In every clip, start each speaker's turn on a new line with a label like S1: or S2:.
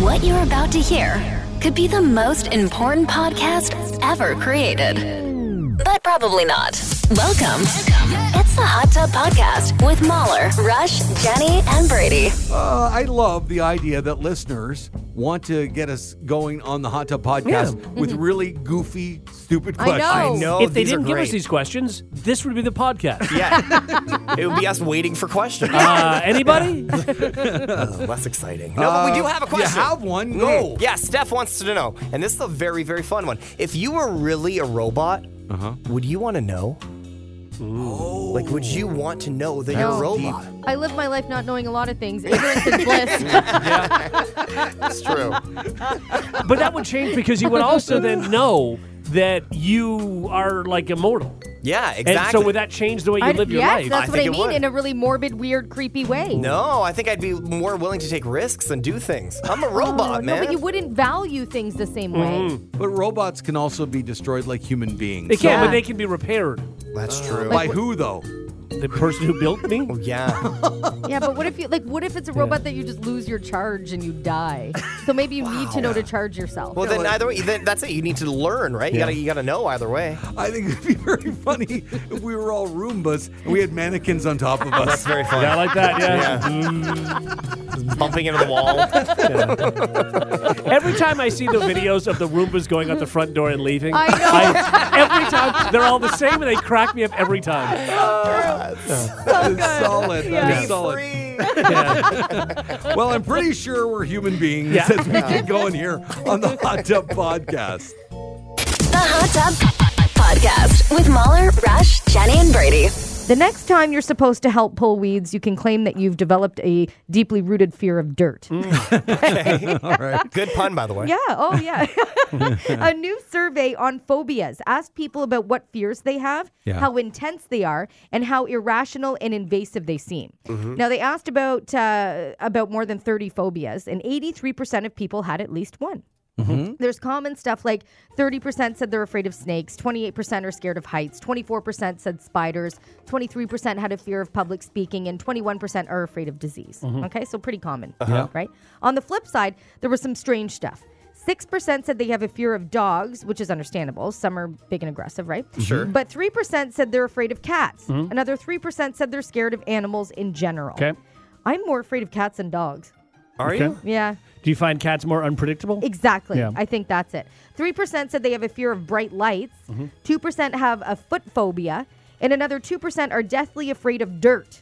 S1: What you're about to hear could be the most important podcast ever created, but probably not. Welcome. It's the Hot Tub Podcast with Mahler, Rush, Jenny, and Brady.
S2: Uh, I love the idea that listeners want to get us going on the Hot Tub Podcast with really goofy, stupid
S3: I know.
S2: questions.
S3: I know.
S4: if they
S5: Oh, these are
S4: didn't give
S5: great.
S4: us these questions, this would be the podcast.
S5: Yeah. it would be us waiting for questions.
S4: Uh, anybody?
S5: Less exciting. No, but we do have a question.
S2: You have one?
S5: Mm.
S2: Go.
S5: Yeah, Steph wants to know, and this is a very, very fun one. If you were really a robot, would you want to know? Like, would you want to know that you're a
S3: No.
S5: robot?
S3: I live my life not knowing a lot of things. Ignorance is bliss.
S5: That's true.
S4: But that would change because you would also then know that you are like immortal.
S5: Yeah, exactly.
S4: And so would that change the way you
S3: I,
S4: live your
S3: yes,
S4: life?
S3: that's
S5: I
S3: what
S5: think
S3: I
S5: it
S3: mean
S5: would.
S3: in a really morbid, weird, creepy way.
S5: No, I think I'd be more willing to take risks and do things. I'm a
S3: Oh,
S5: robot,
S3: no,
S5: man. Mm-hmm.
S3: but you wouldn't value things the same way.
S2: But robots can also be destroyed like human beings.
S4: they can't,
S3: Yeah.
S4: but they can be repaired.
S5: That's true.
S2: By who, though?
S4: The person who built me?
S5: Oh, yeah.
S3: Yeah, but what if you like? What if it's a robot that you just lose your charge and you die? So maybe you need to know to charge yourself.
S5: Well, then either way, then that's it. You need to learn, right? You gotta, you gotta know either way.
S2: I think it'd be very funny if we were all Roombas and we had mannequins on top of
S5: That's
S2: us.
S5: very fun.
S4: Yeah, I like that. Yeah. Mm.
S5: Bumping into the wall.
S4: Every time I see the videos of the Roombas going out the front door and leaving,
S3: I know.
S4: every time they're all the same and they crack me up every time.
S2: That is solid. That is
S4: Yeah.
S2: solid.
S5: Free.
S2: Well, I'm pretty sure we're human beings
S4: Yeah.
S2: as we keep going here on the Hot Tub Podcast.
S1: The Hot Tub Podcast with Mahler, Rush, Jenny, and Brady.
S3: The next time you're supposed to help pull weeds, you can claim that you've developed a deeply rooted fear of dirt.
S5: Good pun, by the way.
S3: Yeah. Oh, yeah. a new survey on phobias asked people about what fears they have,
S2: Yeah.
S3: how intense they are, and how irrational and invasive they seem. Now they asked about uh, about more than 30 phobias, and 83% of people had at least one. There's common stuff like 30% said they're afraid of snakes, 28% are scared of heights, 24% said spiders, 23% had a fear of public speaking, and 21% are afraid of disease. Okay, so pretty common, right? On the flip side, there was some strange stuff. 6% said they have a fear of dogs, which is understandable. Some are big and aggressive, right? Sure. But 3% said they're afraid of cats. Another 3% said they're scared of animals in general.
S4: Okay.
S3: I'm more afraid of cats than dogs.
S5: Are
S4: Okay.
S5: you?
S3: Yeah.
S4: Do you find cats more unpredictable?
S3: Exactly.
S4: Yeah.
S3: I think that's it. 3% said they have a fear of bright lights.
S2: Mm-hmm.
S3: 2% have a foot phobia. And another 2% are deathly afraid of dirt.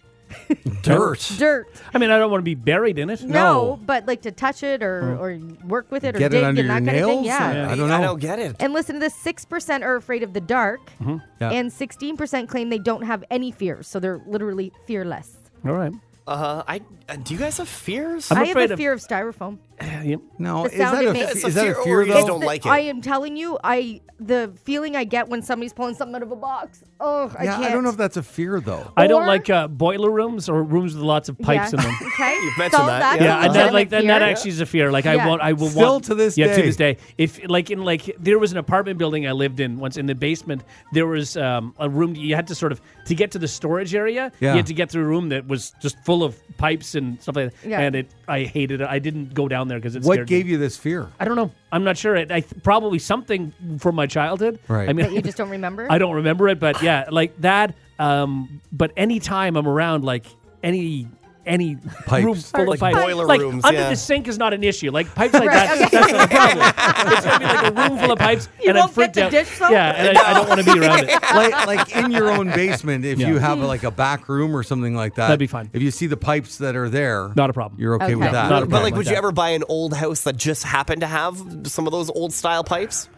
S2: Dirt.
S3: Dirt.
S4: I mean, I don't want to be buried in it.
S3: No, but like to touch it or, or work with it
S2: Mm.
S3: or
S2: Get
S3: dig
S2: it under
S3: and
S2: your
S3: that kind of thing.
S2: nails?
S3: Yeah.
S2: I don't know.
S5: I don't get it.
S3: And listen to this 6% are afraid of the dark.
S2: Mm-hmm. Yeah.
S3: And 16% claim they don't have any fears. So they're literally fearless.
S4: All right.
S5: Uh, I uh, do you guys have fears?
S4: I'm
S3: I have
S4: afraid
S3: a
S4: of-
S3: fear of, styrofoam.
S4: Yep.
S2: No,
S3: The
S2: is that
S3: sound it
S2: a,
S3: makes.
S2: is
S5: It's a
S2: that a
S5: fear
S2: fear
S5: or you
S2: though?
S5: don't like it.
S3: I am telling you, I the feeling I get when somebody's pulling something out of a box. Oh, I
S2: yeah,
S3: can't.
S2: I don't know if that's a fear though.
S4: I don't
S3: Or-
S4: like uh, boiler rooms or rooms with lots of pipes
S3: yeah.
S4: in them.
S3: Okay.
S5: You've mentioned
S3: so
S5: that,
S3: That's
S5: yeah.
S4: Yeah,
S3: a
S4: and that like that,
S3: legitimate
S4: that
S3: fear.
S4: actually is a fear. Like I
S3: Yeah.
S4: won't, I will
S2: Still
S4: want,
S2: to this
S4: yeah,
S2: day.
S4: to this day. If like in like there was an apartment building I lived in once in the basement. There was um, a room you had to sort of to get to the storage area.
S2: Yeah.
S4: you had to get through a room that was just full of pipes and stuff like that.
S3: Yeah.
S4: And it, I hated it. I didn't go down there because it.
S2: What
S4: scared
S2: gave
S4: me.
S2: you this fear?
S4: I don't know. I'm not sure. It, I th- probably something from my childhood.
S2: Right.
S4: I mean,
S3: That you just don't remember.
S4: I don't remember it, but yeah, like that. Um, but any time I'm around, like any any
S2: Pipes.
S4: room full
S5: Like
S4: of pipes,
S5: boiler
S4: like
S5: rooms,
S4: under
S5: yeah.
S4: the sink is not an issue. Like pipes like
S3: Right,
S4: that, that's not a problem. it's gonna be like a room full of pipes,
S3: You
S4: and I'm
S3: won't get
S4: freaked
S3: the
S4: out.
S3: dish soap?
S4: Yeah, and I, I don't want to be around it.
S2: like like in your own basement, if you
S4: Yeah.
S2: have like a back room or something like that,
S4: That'd be fine.
S2: If you see the pipes that are there,
S4: Not a problem.
S2: You're okay,
S3: Okay.
S2: with
S3: No,
S2: that.
S4: not a
S5: But like,
S4: like
S5: would you
S4: that.
S5: ever buy an old house that just happened to have some of those old style pipes?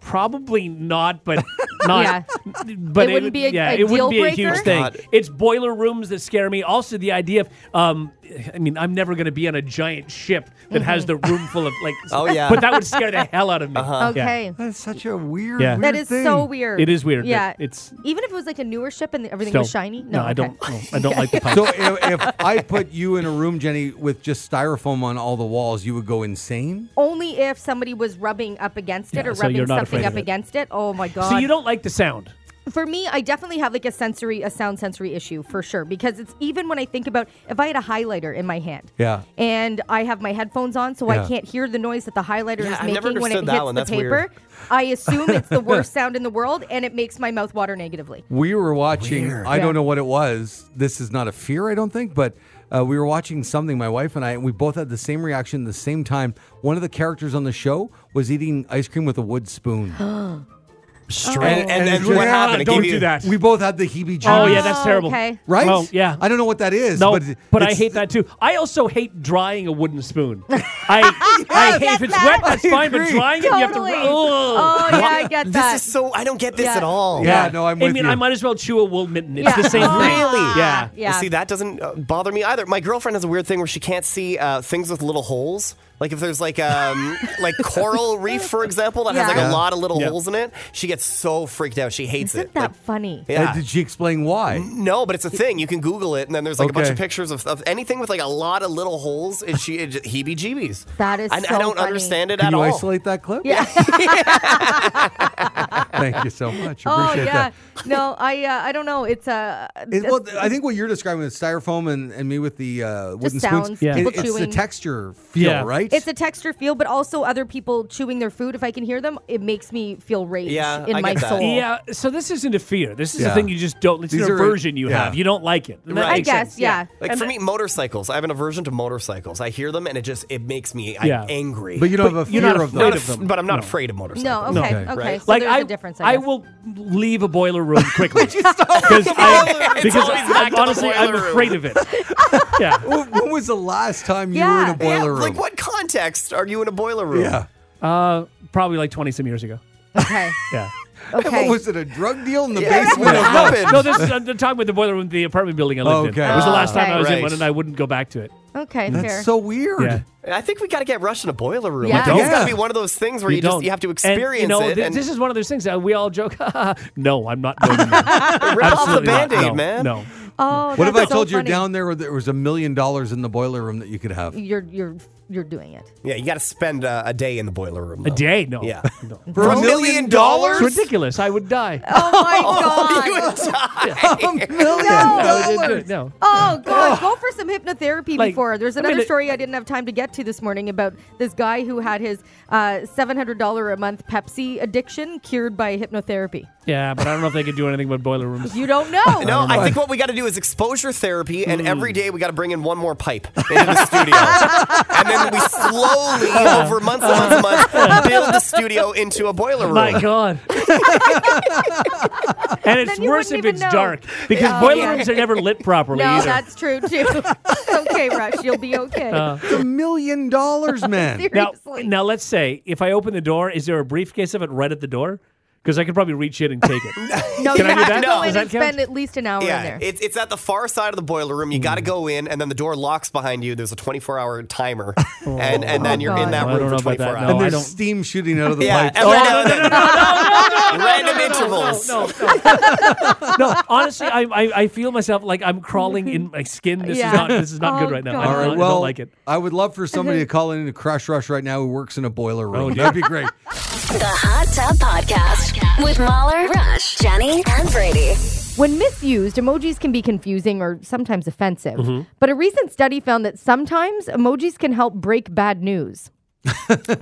S4: Probably not, but not.
S3: Yeah.
S4: But
S3: It wouldn't
S4: would-
S3: be a-
S4: yeah,
S3: a
S4: it
S3: deal
S4: wouldn't be a
S3: breaker?
S4: huge thing.
S5: God.
S4: It's boiler rooms that scare me. Also, the idea of, um, I mean, I'm never going to be on a giant ship that has
S3: Mm-hmm.
S4: the room full of like.
S5: Oh, yeah.
S4: But that would scare the hell out of me.
S2: Uh-huh.
S4: Yeah.
S3: Okay.
S2: That's such a weird.
S4: Yeah.
S3: That
S2: weird
S3: is
S2: thing.
S3: so weird.
S4: It is weird, but
S3: Yeah.
S4: it's-
S3: even if it was like a newer ship and everything
S4: Still,
S3: was shiny.
S4: No, I
S3: okay.
S4: don't. no, I don't like the pipe.
S2: So if, if I put you in a room, Jenny, with just styrofoam on all the walls, you would go insane.
S3: Only if somebody was rubbing up against it
S4: Yeah,
S3: or
S4: so you're
S3: rubbing
S4: not
S3: something
S4: afraid
S3: up
S4: of it.
S3: against it. Oh my god.
S4: so you don't like the sound.
S3: for me, I definitely have like a sensory, a sound sensory issue for sure. Because it's even when I think about if I had a highlighter in my hand,
S2: Yeah.
S3: and I have my headphones on, so
S2: Yeah.
S3: I can't hear the noise that the highlighter
S5: Yeah,
S3: is
S5: I never
S3: making when it
S5: understood
S3: hits
S5: that one.
S3: the
S5: That's
S3: paper.
S5: weird.
S3: I assume it's the worst sound in the world, and it makes my mouth water negatively.
S2: We were watching, I
S3: Yeah.
S2: don't know what it was. This is not a fear, I don't think, but uh, we were watching something, my wife and I, and we both had the same reaction at the same time. One of the characters on the show was eating ice cream with a wood spoon.
S5: And, and,
S2: and
S5: and what
S2: yeah,
S5: happened? It
S4: don't
S5: gave
S4: do
S5: you-
S4: that.
S2: we both had the heebie jeebies.
S4: oh yeah, that's terrible.
S3: okay.
S2: Right?
S4: Oh yeah.
S2: I don't know what that is.
S4: No,
S2: but,
S4: but, I
S2: it's-
S4: hate that too. I also hate drying a wooden spoon. I, I hate if it's wet, that's
S2: I
S4: fine, but
S2: agree.
S4: drying it, you have to.
S3: Totally.
S4: Ugh.
S3: Oh yeah, I get that.
S5: This is so. I don't get this
S3: Yeah.
S5: at all.
S2: Yeah, no, I'm
S4: I
S2: with
S4: mean,
S2: you.
S4: I might as well chew a wool mitten. It's
S3: Yeah.
S4: the same
S3: Oh.
S4: thing.
S5: Really?
S4: Yeah.
S3: Yeah.
S5: See, that doesn't uh, bother me either. My girlfriend has a weird thing where she can't see uh, things with little holes. Like if there's like um like coral reef, for example, that has like
S3: Yeah.
S5: a lot of little
S4: Yeah.
S5: holes in it, she gets so freaked out. She hates
S3: Isn't
S5: it.
S3: that
S5: Like,
S3: funny?
S2: Uh,
S5: yeah.
S2: did she explain why?
S5: no, but it's a thing. You can Google it, and then there's like a bunch
S2: Okay.
S5: of pictures of, of anything with like a lot of little holes. And she it just heebie-jeebies.
S3: That is
S5: I,
S3: so
S5: I don't
S3: funny.
S5: understand it
S2: Can
S5: at
S2: you
S5: all.
S2: isolate that clip?
S3: Yeah.
S2: Thank you so much.
S3: oh
S2: Appreciate
S3: yeah.
S2: that.
S3: No, I uh, I don't know. It's a uh,
S2: It- well, I think what you're describing with styrofoam and, and me with the uh, wooden spoons,
S3: sounds, Yeah. people
S2: it- it's the
S3: chewing.
S2: texture feel,
S4: Yeah.
S2: right?
S3: It's a texture feel, but also other people chewing their food. If I can hear them, it makes me feel rage
S5: Yeah,
S3: in
S5: I
S3: my
S5: get that.
S3: soul.
S4: Yeah, so this isn't a fear. This is
S2: Yeah.
S4: a thing you just don't. It's
S2: These
S4: an
S2: are-
S4: aversion you
S2: yeah.
S4: have. You don't like it. And that
S5: Right. I
S4: makes
S3: guess,
S4: sense.
S3: yeah.
S5: Like
S4: And
S5: for me, motorcycles. I have an aversion to motorcycles. I hear them, and it just it makes me I'm
S4: Yeah.
S5: angry.
S2: but you don't have a
S4: you're
S2: fear
S4: not
S2: of
S4: afraid
S2: them.
S5: Not
S4: of
S5: af-
S4: them.
S5: But I'm not
S4: No.
S5: afraid of motorcycles.
S3: No. Okay.
S2: Okay.
S3: Okay.
S5: Right.
S3: So
S4: like
S3: there's
S4: I,
S3: a difference. I,
S4: I
S3: guess.
S4: will leave a boiler room quickly because I,
S5: It's always
S4: because I-
S5: back to the
S4: honestly I'm
S5: boiler room.
S4: afraid of it. yeah.
S2: When when was the last time you were in
S3: Yeah.
S2: a boiler
S5: yeah,
S2: room?
S5: Like what context are you in a boiler room?
S2: Yeah.
S4: Uh, probably like 20 some years ago.
S3: Okay.
S4: Yeah.
S3: Okay.
S2: What was it? A drug deal in the
S5: What
S2: basement? of
S5: happened?
S4: No, this is I'm talking with the boiler room, the apartment building I lived
S2: Okay.
S4: in. It was the last time I was
S5: Right.
S4: in one, and I wouldn't go back to it.
S3: okay. fair.
S2: That's so weird.
S4: Yeah.
S5: I think we got to get rushed in a boiler room.
S3: Yeah.
S5: I think it's
S2: Yeah.
S5: got to be one of those things where you, just you have to
S4: And,
S5: experience
S4: you know,
S5: it
S4: thi-
S5: and
S4: this is one of those things that we all joke. no, I'm not. Doing that.
S5: rip off the
S4: Absolutely not.
S5: band aid,
S4: No,
S5: man.
S4: No.
S3: oh,
S2: What if
S3: that's
S2: I
S3: so
S2: told you
S3: funny.
S2: down there where there was a million dollars in the boiler room that you could have?
S3: You're you're you're doing it.
S5: Yeah, you got to spend uh, a day in the boiler room.
S4: A
S5: though.
S4: day? No.
S5: Yeah.
S4: No.
S5: For a million dollars?
S4: It's ridiculous. I would die.
S3: Oh my god.
S2: A million
S4: I
S2: dollars.
S4: wouldn't do it, no.
S3: Oh god, go for some hypnotherapy
S4: Like,
S3: before. There's
S4: I mean,
S3: another
S4: it-
S3: story I didn't have time to get to this morning about this guy who had his uh, seven hundred dollar a month Pepsi addiction cured by hypnotherapy.
S4: Yeah, but I don't know if they could do anything but boiler rooms.
S3: You don't know.
S5: No, I think what we got to do is exposure therapy, and
S4: Mm.
S5: every day we got to bring in one more pipe into the studio, and then we slowly,
S4: Oh.
S5: over months and months and months, build the studio into a boiler room.
S4: My God. and it's
S3: Then you
S4: worse if
S3: wouldn't even
S4: it's
S3: know.
S4: dark because
S3: Yeah.
S4: boiler
S3: Yeah.
S4: rooms are never lit properly
S3: No,
S4: either.
S3: that's true too. It's okay, Rush. You'll be okay.
S2: It's a million dollars, man.
S4: now,
S3: Seriously.
S4: now, let's say if I open the door, is there a briefcase of it right at the door? Because I could probably reach in and take it.
S3: no,
S4: Can
S3: you
S4: I do
S3: have
S4: that?
S3: to
S5: No.
S3: go
S5: Does
S3: in
S4: that
S3: and
S4: count?
S3: spend at least an hour
S5: Yeah,
S3: in there.
S5: it's, it's at the far side of the boiler room. You got to
S4: Mm.
S5: go in, and then the door locks behind you. There's a 24 hour timer, and and then you're in that
S4: Oh, I
S5: room
S4: don't
S5: for
S4: know about
S5: 24
S4: that.
S5: hours.
S4: No,
S2: And
S4: I
S2: there's
S4: don't-
S2: steam shooting out of the
S5: Yeah,
S2: pipe.
S4: Oh,
S5: and random, random
S4: no, no,
S5: intervals.
S4: No, no, no. No, honestly, I, I I feel myself like I'm crawling in my skin. This
S3: Yeah.
S4: is not this is not
S3: Oh,
S4: good right now.
S3: God.
S4: I,
S2: All
S4: don't,
S2: right.
S4: I
S2: Well,
S4: don't like it.
S2: I would love for somebody to call in to Crush Rush right now who works in a boiler room.
S4: dear.
S2: That'd be great.
S1: The Hot Tub Podcast with Mahler, Rush, Jenny, and Brady.
S3: When misused, emojis can be confusing or sometimes offensive. But a recent study found that sometimes emojis can help break bad news.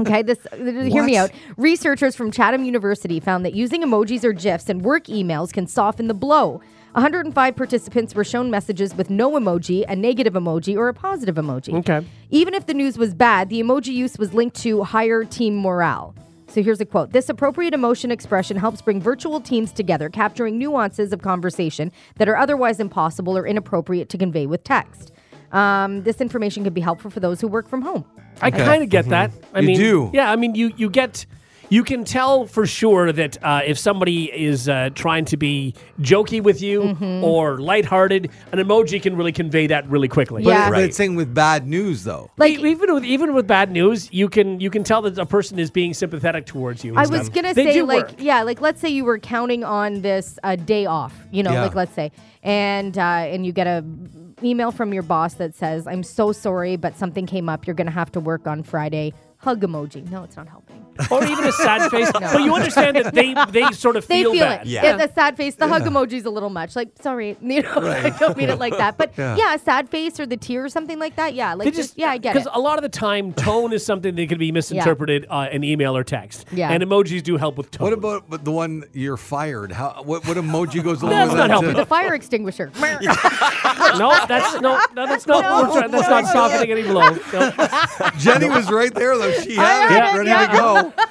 S3: okay, this uh, hear me
S2: What?
S3: out. Researchers from Chatham University found that using emojis or gifs in work emails can soften the blow. 105 participants were shown messages with no emoji, a negative emoji, or a positive emoji.
S4: Okay.
S3: Even if the news was bad, the emoji use was linked to higher team morale. So here's a quote This appropriate emotion expression helps bring virtual teams together, capturing nuances of conversation that are otherwise impossible or inappropriate to convey with text. Um, this information can be helpful for those who work from home.
S4: I kind of get that. I
S2: Mm-hmm. You
S4: mean,
S2: do.
S4: yeah. I mean, you you get. You can tell for sure that uh, if somebody is uh, trying to be jokey with you
S3: Mm-hmm.
S4: or lighthearted, an emoji can really convey that really quickly.
S2: But
S3: Yeah.
S2: but
S3: Right.
S2: it's saying with bad news, though.
S3: Like,
S4: E- even with even with bad news, you can you can tell that a person is being sympathetic towards you. and
S3: I
S4: stuff.
S3: was gonna
S4: They
S3: say
S4: do
S3: like
S4: work.
S3: yeah, like let's say you were counting on this uh, day off, you know,
S2: Yeah.
S3: like let's say, and uh, and you get a email from your boss that says, "I'm so sorry, but something came up. You're gonna have to work on Friday." hug emoji. No, it's not helping.
S4: or even a sad face. But you understand that they they sort of
S3: They
S4: feel,
S3: feel,
S4: that.
S3: it.
S5: Yeah.
S3: Yeah. the sad face. The hug emoji's a little much. Like, sorry, you know, I don't mean it like that. But yeah. a sad face or the tear or something like that. Yeah, like
S4: They
S3: just, yeah, I get it.
S4: Because a lot of the time, tone is something that can be misinterpreted uh, in email or text.
S3: Yeah.
S4: And emojis do help with tone.
S2: What about but the one you're fired? How what, what emoji goes along
S4: That's
S2: with
S4: not
S2: that?
S4: helping.
S2: too?
S3: The fire extinguisher.
S4: no, that's no, no that's not. we're trying- that's not softening any blow. No.
S2: Jenny was right there though. She had
S3: I had
S2: it
S3: it,
S2: ready
S3: yeah.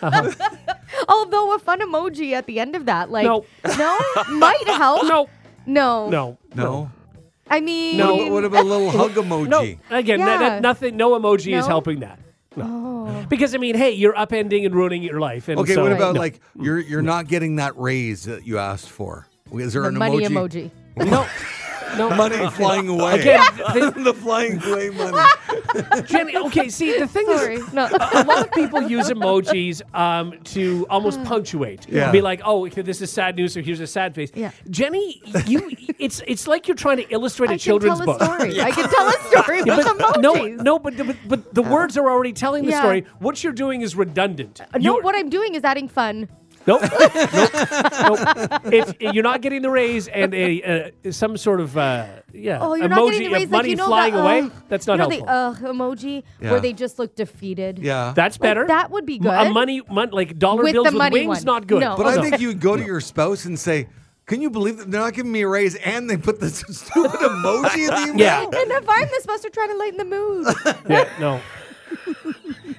S2: to go.
S3: Although a fun emoji at the end of that, like
S4: No.
S3: no, might help.
S4: No.
S3: no,
S4: No.
S2: No.
S3: I mean,
S4: No.
S2: What, what about a little hug emoji?
S4: No. Again, that,
S3: Yeah.
S4: that nothing. No emoji is
S3: No? Oh.
S4: helping that. No. Because I mean, hey, you're upending and ruining your life. And
S2: Okay,
S4: so-
S2: what about
S4: No.
S2: like you're you're not getting that raise that you asked for? Is there
S3: the
S2: an
S3: money
S2: emoji?
S3: emoji.
S4: no? No.
S2: Money flying away.
S4: Again, the-
S2: the flying away money.
S4: Jenny. Okay, see the thing is,
S3: Sorry, no.
S4: a lot of people use emojis um,
S3: Hmm.
S4: to almost punctuate.
S2: Yeah.
S4: Be like, oh, okay, this is sad news, so here's a sad face.
S3: Yeah.
S4: Jenny, you, it's it's like you're trying to illustrate a
S3: I can
S4: children's
S3: tell a
S4: book.
S3: story. I can tell a story with emojis. Oh.
S4: No, no, but but, but the words are already telling the
S3: Yeah. Uh,
S4: story. What you're doing is redundant.
S3: No,
S4: You're-
S3: what I'm doing is adding fun.
S4: Nope. nope. nope. If you're not getting the raise and a uh, some sort of uh, yeah
S3: Oh, you're
S4: emoji
S3: not getting
S4: of
S3: the raise. Like
S4: money
S3: you know
S4: flying
S3: the, uh,
S4: away, that's not
S3: you know
S4: helpful.
S3: The uh, emoji
S2: Yeah.
S3: where they just look defeated.
S2: Yeah.
S4: that's
S3: Like,
S4: better.
S3: that would be
S4: M- A
S3: good.
S4: money, mon- like dollar
S3: With
S4: bills
S3: the
S4: with
S3: money
S4: wings,
S3: one.
S4: not good.
S3: No.
S2: But
S4: Oh,
S2: I think you would go to your spouse and say, "Can you believe that they're not giving me a raise and they put this stupid emoji in the email?"
S4: Yeah.
S3: And if I'm the supposed to try to lighten the mood.
S4: Yeah, no.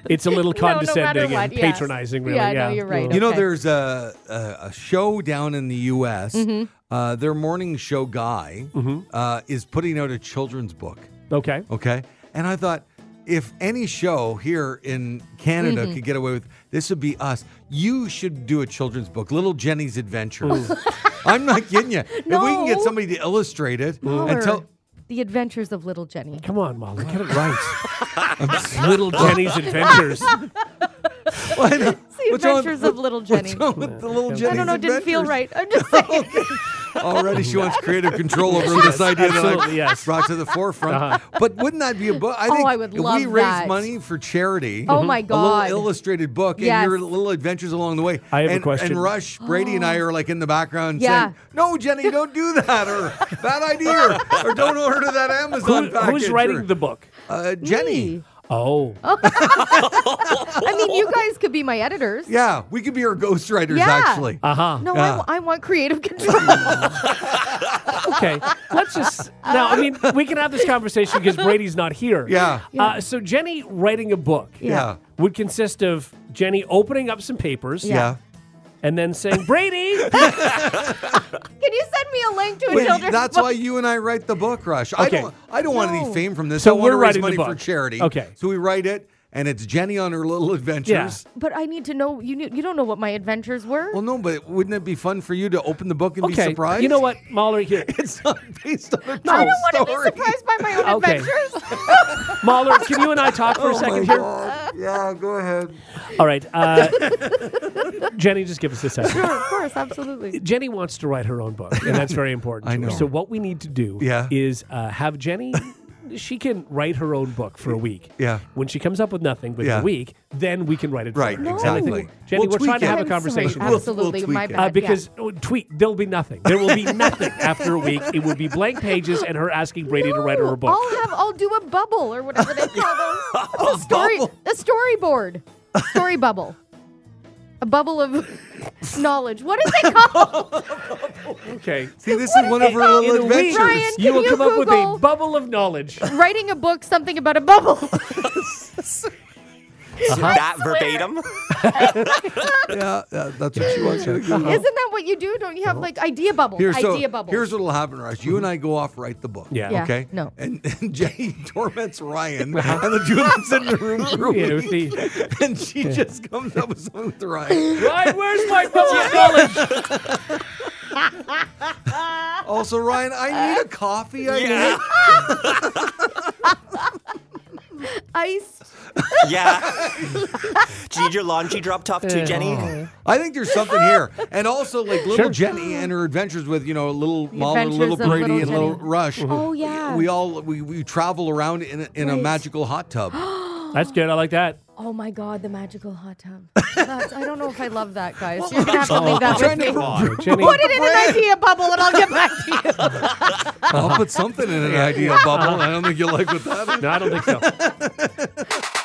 S4: It's a little
S3: No, no matter
S4: condescending
S3: what,
S4: and
S3: yes.
S4: patronizing, really.
S3: Yeah,
S4: Yeah,
S3: no, you're right.
S2: You know,
S3: Okay.
S2: there's a, a a show down in the U.S.
S3: Mm-hmm.
S2: Uh, their morning show guy uh, is putting out a children's book.
S4: Okay.
S2: Okay, and I thought if any show here in Canada
S3: Mm-hmm.
S2: could get away with this, would be us. You should do a children's book, Little Jenny's Adventures. I'm not kidding you. If we can get
S3: No.
S2: somebody to illustrate it and
S3: Or
S2: tell.
S3: the adventures of little Jenny.
S4: Come on, Molly. Get it right.
S2: Right.
S4: Little Jenny's Adventures.
S2: Why not?
S3: The
S2: What's wrong with-
S3: adventures of little Jenny.
S2: What's wrong with the little Jenny's
S3: I don't know, didn't feel
S2: Adventures?
S3: right. I'm just saying.
S2: Already, she wants creative control over this idea that I
S4: absolutely, yes. Uh-huh.
S2: brought to the forefront. But wouldn't that be a book? I
S3: Oh,
S2: think
S3: I would
S2: if we
S3: love
S2: raise
S3: that.
S2: money for charity.
S4: Mm-hmm.
S3: Oh, my
S2: A
S3: God.
S2: little illustrated book
S3: Yes.
S2: and your little adventures along the way.
S4: I have a
S2: and,
S4: question.
S2: And Rush Brady and I are like in the background
S3: Yeah.
S2: saying, "No, Jenny, don't do that," or "Bad idea," or "Don't order that Amazon
S4: Who-
S2: package."
S4: who's writing
S2: or,
S4: the book?
S2: Uh, Jenny.
S3: Me.
S4: Oh.
S3: I mean, you guys could be my editors.
S2: Yeah, we could be her ghostwriters
S3: Yeah.
S2: actually.
S4: Uh huh.
S3: No, I
S2: Yeah.
S3: wa- I want creative control.
S4: Okay. Let's just. Now, I mean, we can have this conversation because Brady's not here.
S2: Yeah.
S4: Uh, so, Jenny writing a book
S2: Yeah.
S4: would consist of Jenny opening up some papers
S2: yeah.
S4: and then saying, Brady,
S3: Can you send me a link to a
S2: Wait,
S3: children's
S2: that's
S3: book?
S2: why you and I write the book, Rush. I
S4: Okay.
S2: don't. I don't want any
S3: No.
S2: fame from this.
S4: So
S2: I want
S4: we're
S2: to raise
S4: writing the
S2: money for
S4: book.
S2: charity.
S4: Okay.
S2: So we write it, and it's Jenny on her little adventures.
S3: But I need to know. You knew, you don't know what my adventures were.
S2: Well, no, but wouldn't it be fun for you to open the book and be
S4: okay.
S2: surprised?
S4: You know what, Molly? Here.
S2: It's not based on a true
S3: I don't want to be
S2: story.
S3: surprised by my own
S4: Okay.
S3: adventures.
S4: Mahler, can you and I talk for a
S2: Oh
S4: second
S2: my
S4: here?
S2: God. Yeah, go ahead.
S4: All right. Uh, Jenny, just give us a second.
S3: Sure, of course, absolutely.
S4: Jenny wants to write her own book, and that's very important.
S2: I
S4: to her.
S2: know.
S4: So what we need to do
S2: Yeah.
S4: is uh, have Jenny. She can write her own book for a week.
S2: Yeah.
S4: When she comes up with nothing within
S2: Yeah.
S4: a week, then we can write it. for
S2: Right,
S4: her. And I
S2: exactly.
S4: think- Jenny,
S2: We'll
S4: we're trying
S2: tweak
S4: to have a
S2: it.
S3: I'm sorry,
S4: conversation.
S2: We'll-
S3: Absolutely,
S2: we'll
S3: my
S2: tweak it.
S3: bad.
S4: Uh,
S3: yeah.
S4: because oh, tweet, there'll be nothing. There will be nothing after a week. It will be blank pages and her asking Brady to write her a
S3: No,
S4: book.
S3: I'll have I'll do a bubble or whatever they call those.
S2: A
S3: a story
S2: bubble.
S3: a storyboard. Story bubble. A bubble of knowledge. What is it called?
S4: okay.
S2: See, this is one of her
S4: In
S2: little
S4: a week,
S2: adventures.
S3: Ryan,
S4: you
S3: can
S4: will
S3: you
S4: come up with a
S3: Google-
S4: bubble of knowledge.
S3: Writing a book, something about a bubble.
S5: That verbatim.
S2: Yeah, yeah, that's what she wants you to do.
S3: Isn't that what you do? Don't you have like idea bubble?
S2: Here's, so,
S3: idea bubble.
S2: here's what'll happen, Rush. You and I go off, write the book.
S4: Yeah. Yeah,
S2: Okay.
S3: no.
S2: And, and Jenny torments Ryan, and the two of them sit in the room for a
S4: Yeah, it
S2: week.
S4: was the-
S2: and she just comes up with something with Ryan.
S4: Ryan, where's my bubble of knowledge?
S2: Also, Ryan, I need a coffee. I
S5: Yeah.
S3: ice.
S5: Yeah. Did you need your laundry dropped off too, Jenny?
S4: Oh.
S2: need. I think there's something here. And also, like little Jenny and her adventures with you know little Molly,
S3: adventures
S2: little
S3: of
S2: Brady,
S3: little
S2: and little
S3: Jenny.
S2: Rush.
S3: Oh, yeah.
S2: We all we, we travel around in a, in a
S3: Right.
S2: magical hot tub.
S4: That's good. I like that.
S3: Oh my God, the magical hot tub. That's, I don't know if I love that, guys. You're gonna have to leave that with
S2: trying
S3: me.
S2: to-
S4: Oh, Jenny.
S3: Put it in an idea bubble, and I'll get back to you.
S2: I'll put something in an idea bubble. I don't think you'll like what that is.
S4: No, I don't think so.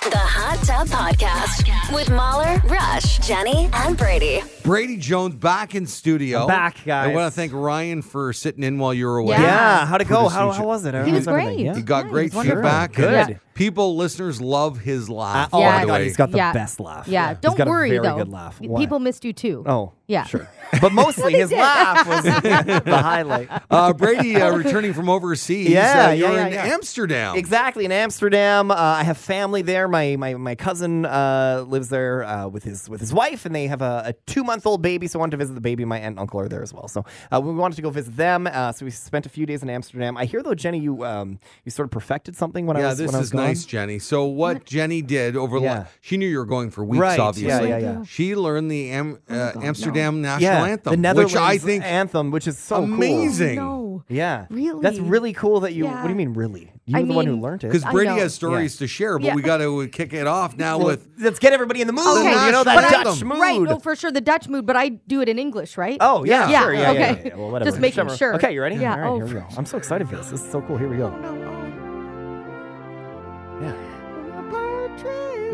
S1: The Hot Tub Podcast with Mahler, Rush, Jenny, and Brady.
S2: Brady Jones back in studio.
S5: back,
S2: I
S5: guys.
S2: want to thank Ryan for sitting in while you were away.
S3: Yeah.
S5: Yeah, how'd it go?
S2: Producer
S5: How,
S2: Ju-
S5: how was it?
S3: He was
S5: Everything?
S3: great.
S5: Yeah.
S2: He got
S3: Nice,
S2: great
S3: wonderful.
S2: feedback.
S5: Good.
S2: and People, listeners love his laugh.
S5: Uh, oh
S2: by
S3: Yeah.
S5: my
S2: the
S5: god,
S2: way.
S5: he's got the
S3: Yeah.
S5: best laugh.
S3: Yeah,
S5: He's
S3: don't
S5: got a
S3: worry
S5: very
S3: though.
S5: good laugh.
S3: Y-
S5: What?
S3: People missed you too.
S5: Oh,
S3: yeah.
S5: sure. But mostly his laugh was the highlight.
S2: Uh, Brady uh, returning from overseas.
S5: Yeah,
S2: uh, you're
S5: yeah, yeah,
S2: in
S5: yeah.
S2: Amsterdam.
S5: Exactly in Amsterdam. Uh, I have family there. My my, my cousin uh, lives there uh, with his with his wife, and they have a, a two month old baby. So I wanted to visit the baby. My aunt and uncle are there as well. So uh, we wanted to go visit them. Uh, so we spent a few days in Amsterdam. I hear though, Jenny, you um, you sort of perfected something when I
S2: Yeah,
S5: was
S2: this
S5: when I was
S2: is
S5: gone.
S2: nice, Jenny. So what Jenny did over the
S5: Yeah.
S2: la- she knew you were going for weeks,
S5: Right, yeah,
S2: obviously.
S5: yeah, yeah.
S2: She learned the Am- uh, Amsterdam national
S5: Yeah,
S2: anthem,
S5: the Netherlands
S2: which I think
S5: anthem, which is so cool.
S2: amazing.
S3: No.
S5: Yeah,
S3: Really?
S5: That's really cool. That you. What do
S3: Yeah.
S5: you mean, really? You're
S3: I
S5: the one who
S3: mean-
S5: learned it.
S2: Because
S3: I
S2: Brady
S3: know.
S2: has stories to share, but
S3: Yeah.
S2: we got to kick it off now
S5: Well,
S2: with
S5: let's get everybody in the mood.
S3: Okay,
S5: You know
S2: but
S5: that
S2: I-
S5: Dutch mood.
S3: Right, no, for sure the Dutch mood, but I do it in English, right?
S5: Oh yeah,
S3: Yeah,
S5: sure, yeah, yeah,
S3: okay.
S5: yeah, yeah. Well, whatever.
S3: Just making
S5: Whichever.
S3: sure.
S5: Okay, you ready?
S3: Yeah,
S5: All right,
S3: oh,
S5: here we go. I'm so excited for this. This is so cool. Here we go.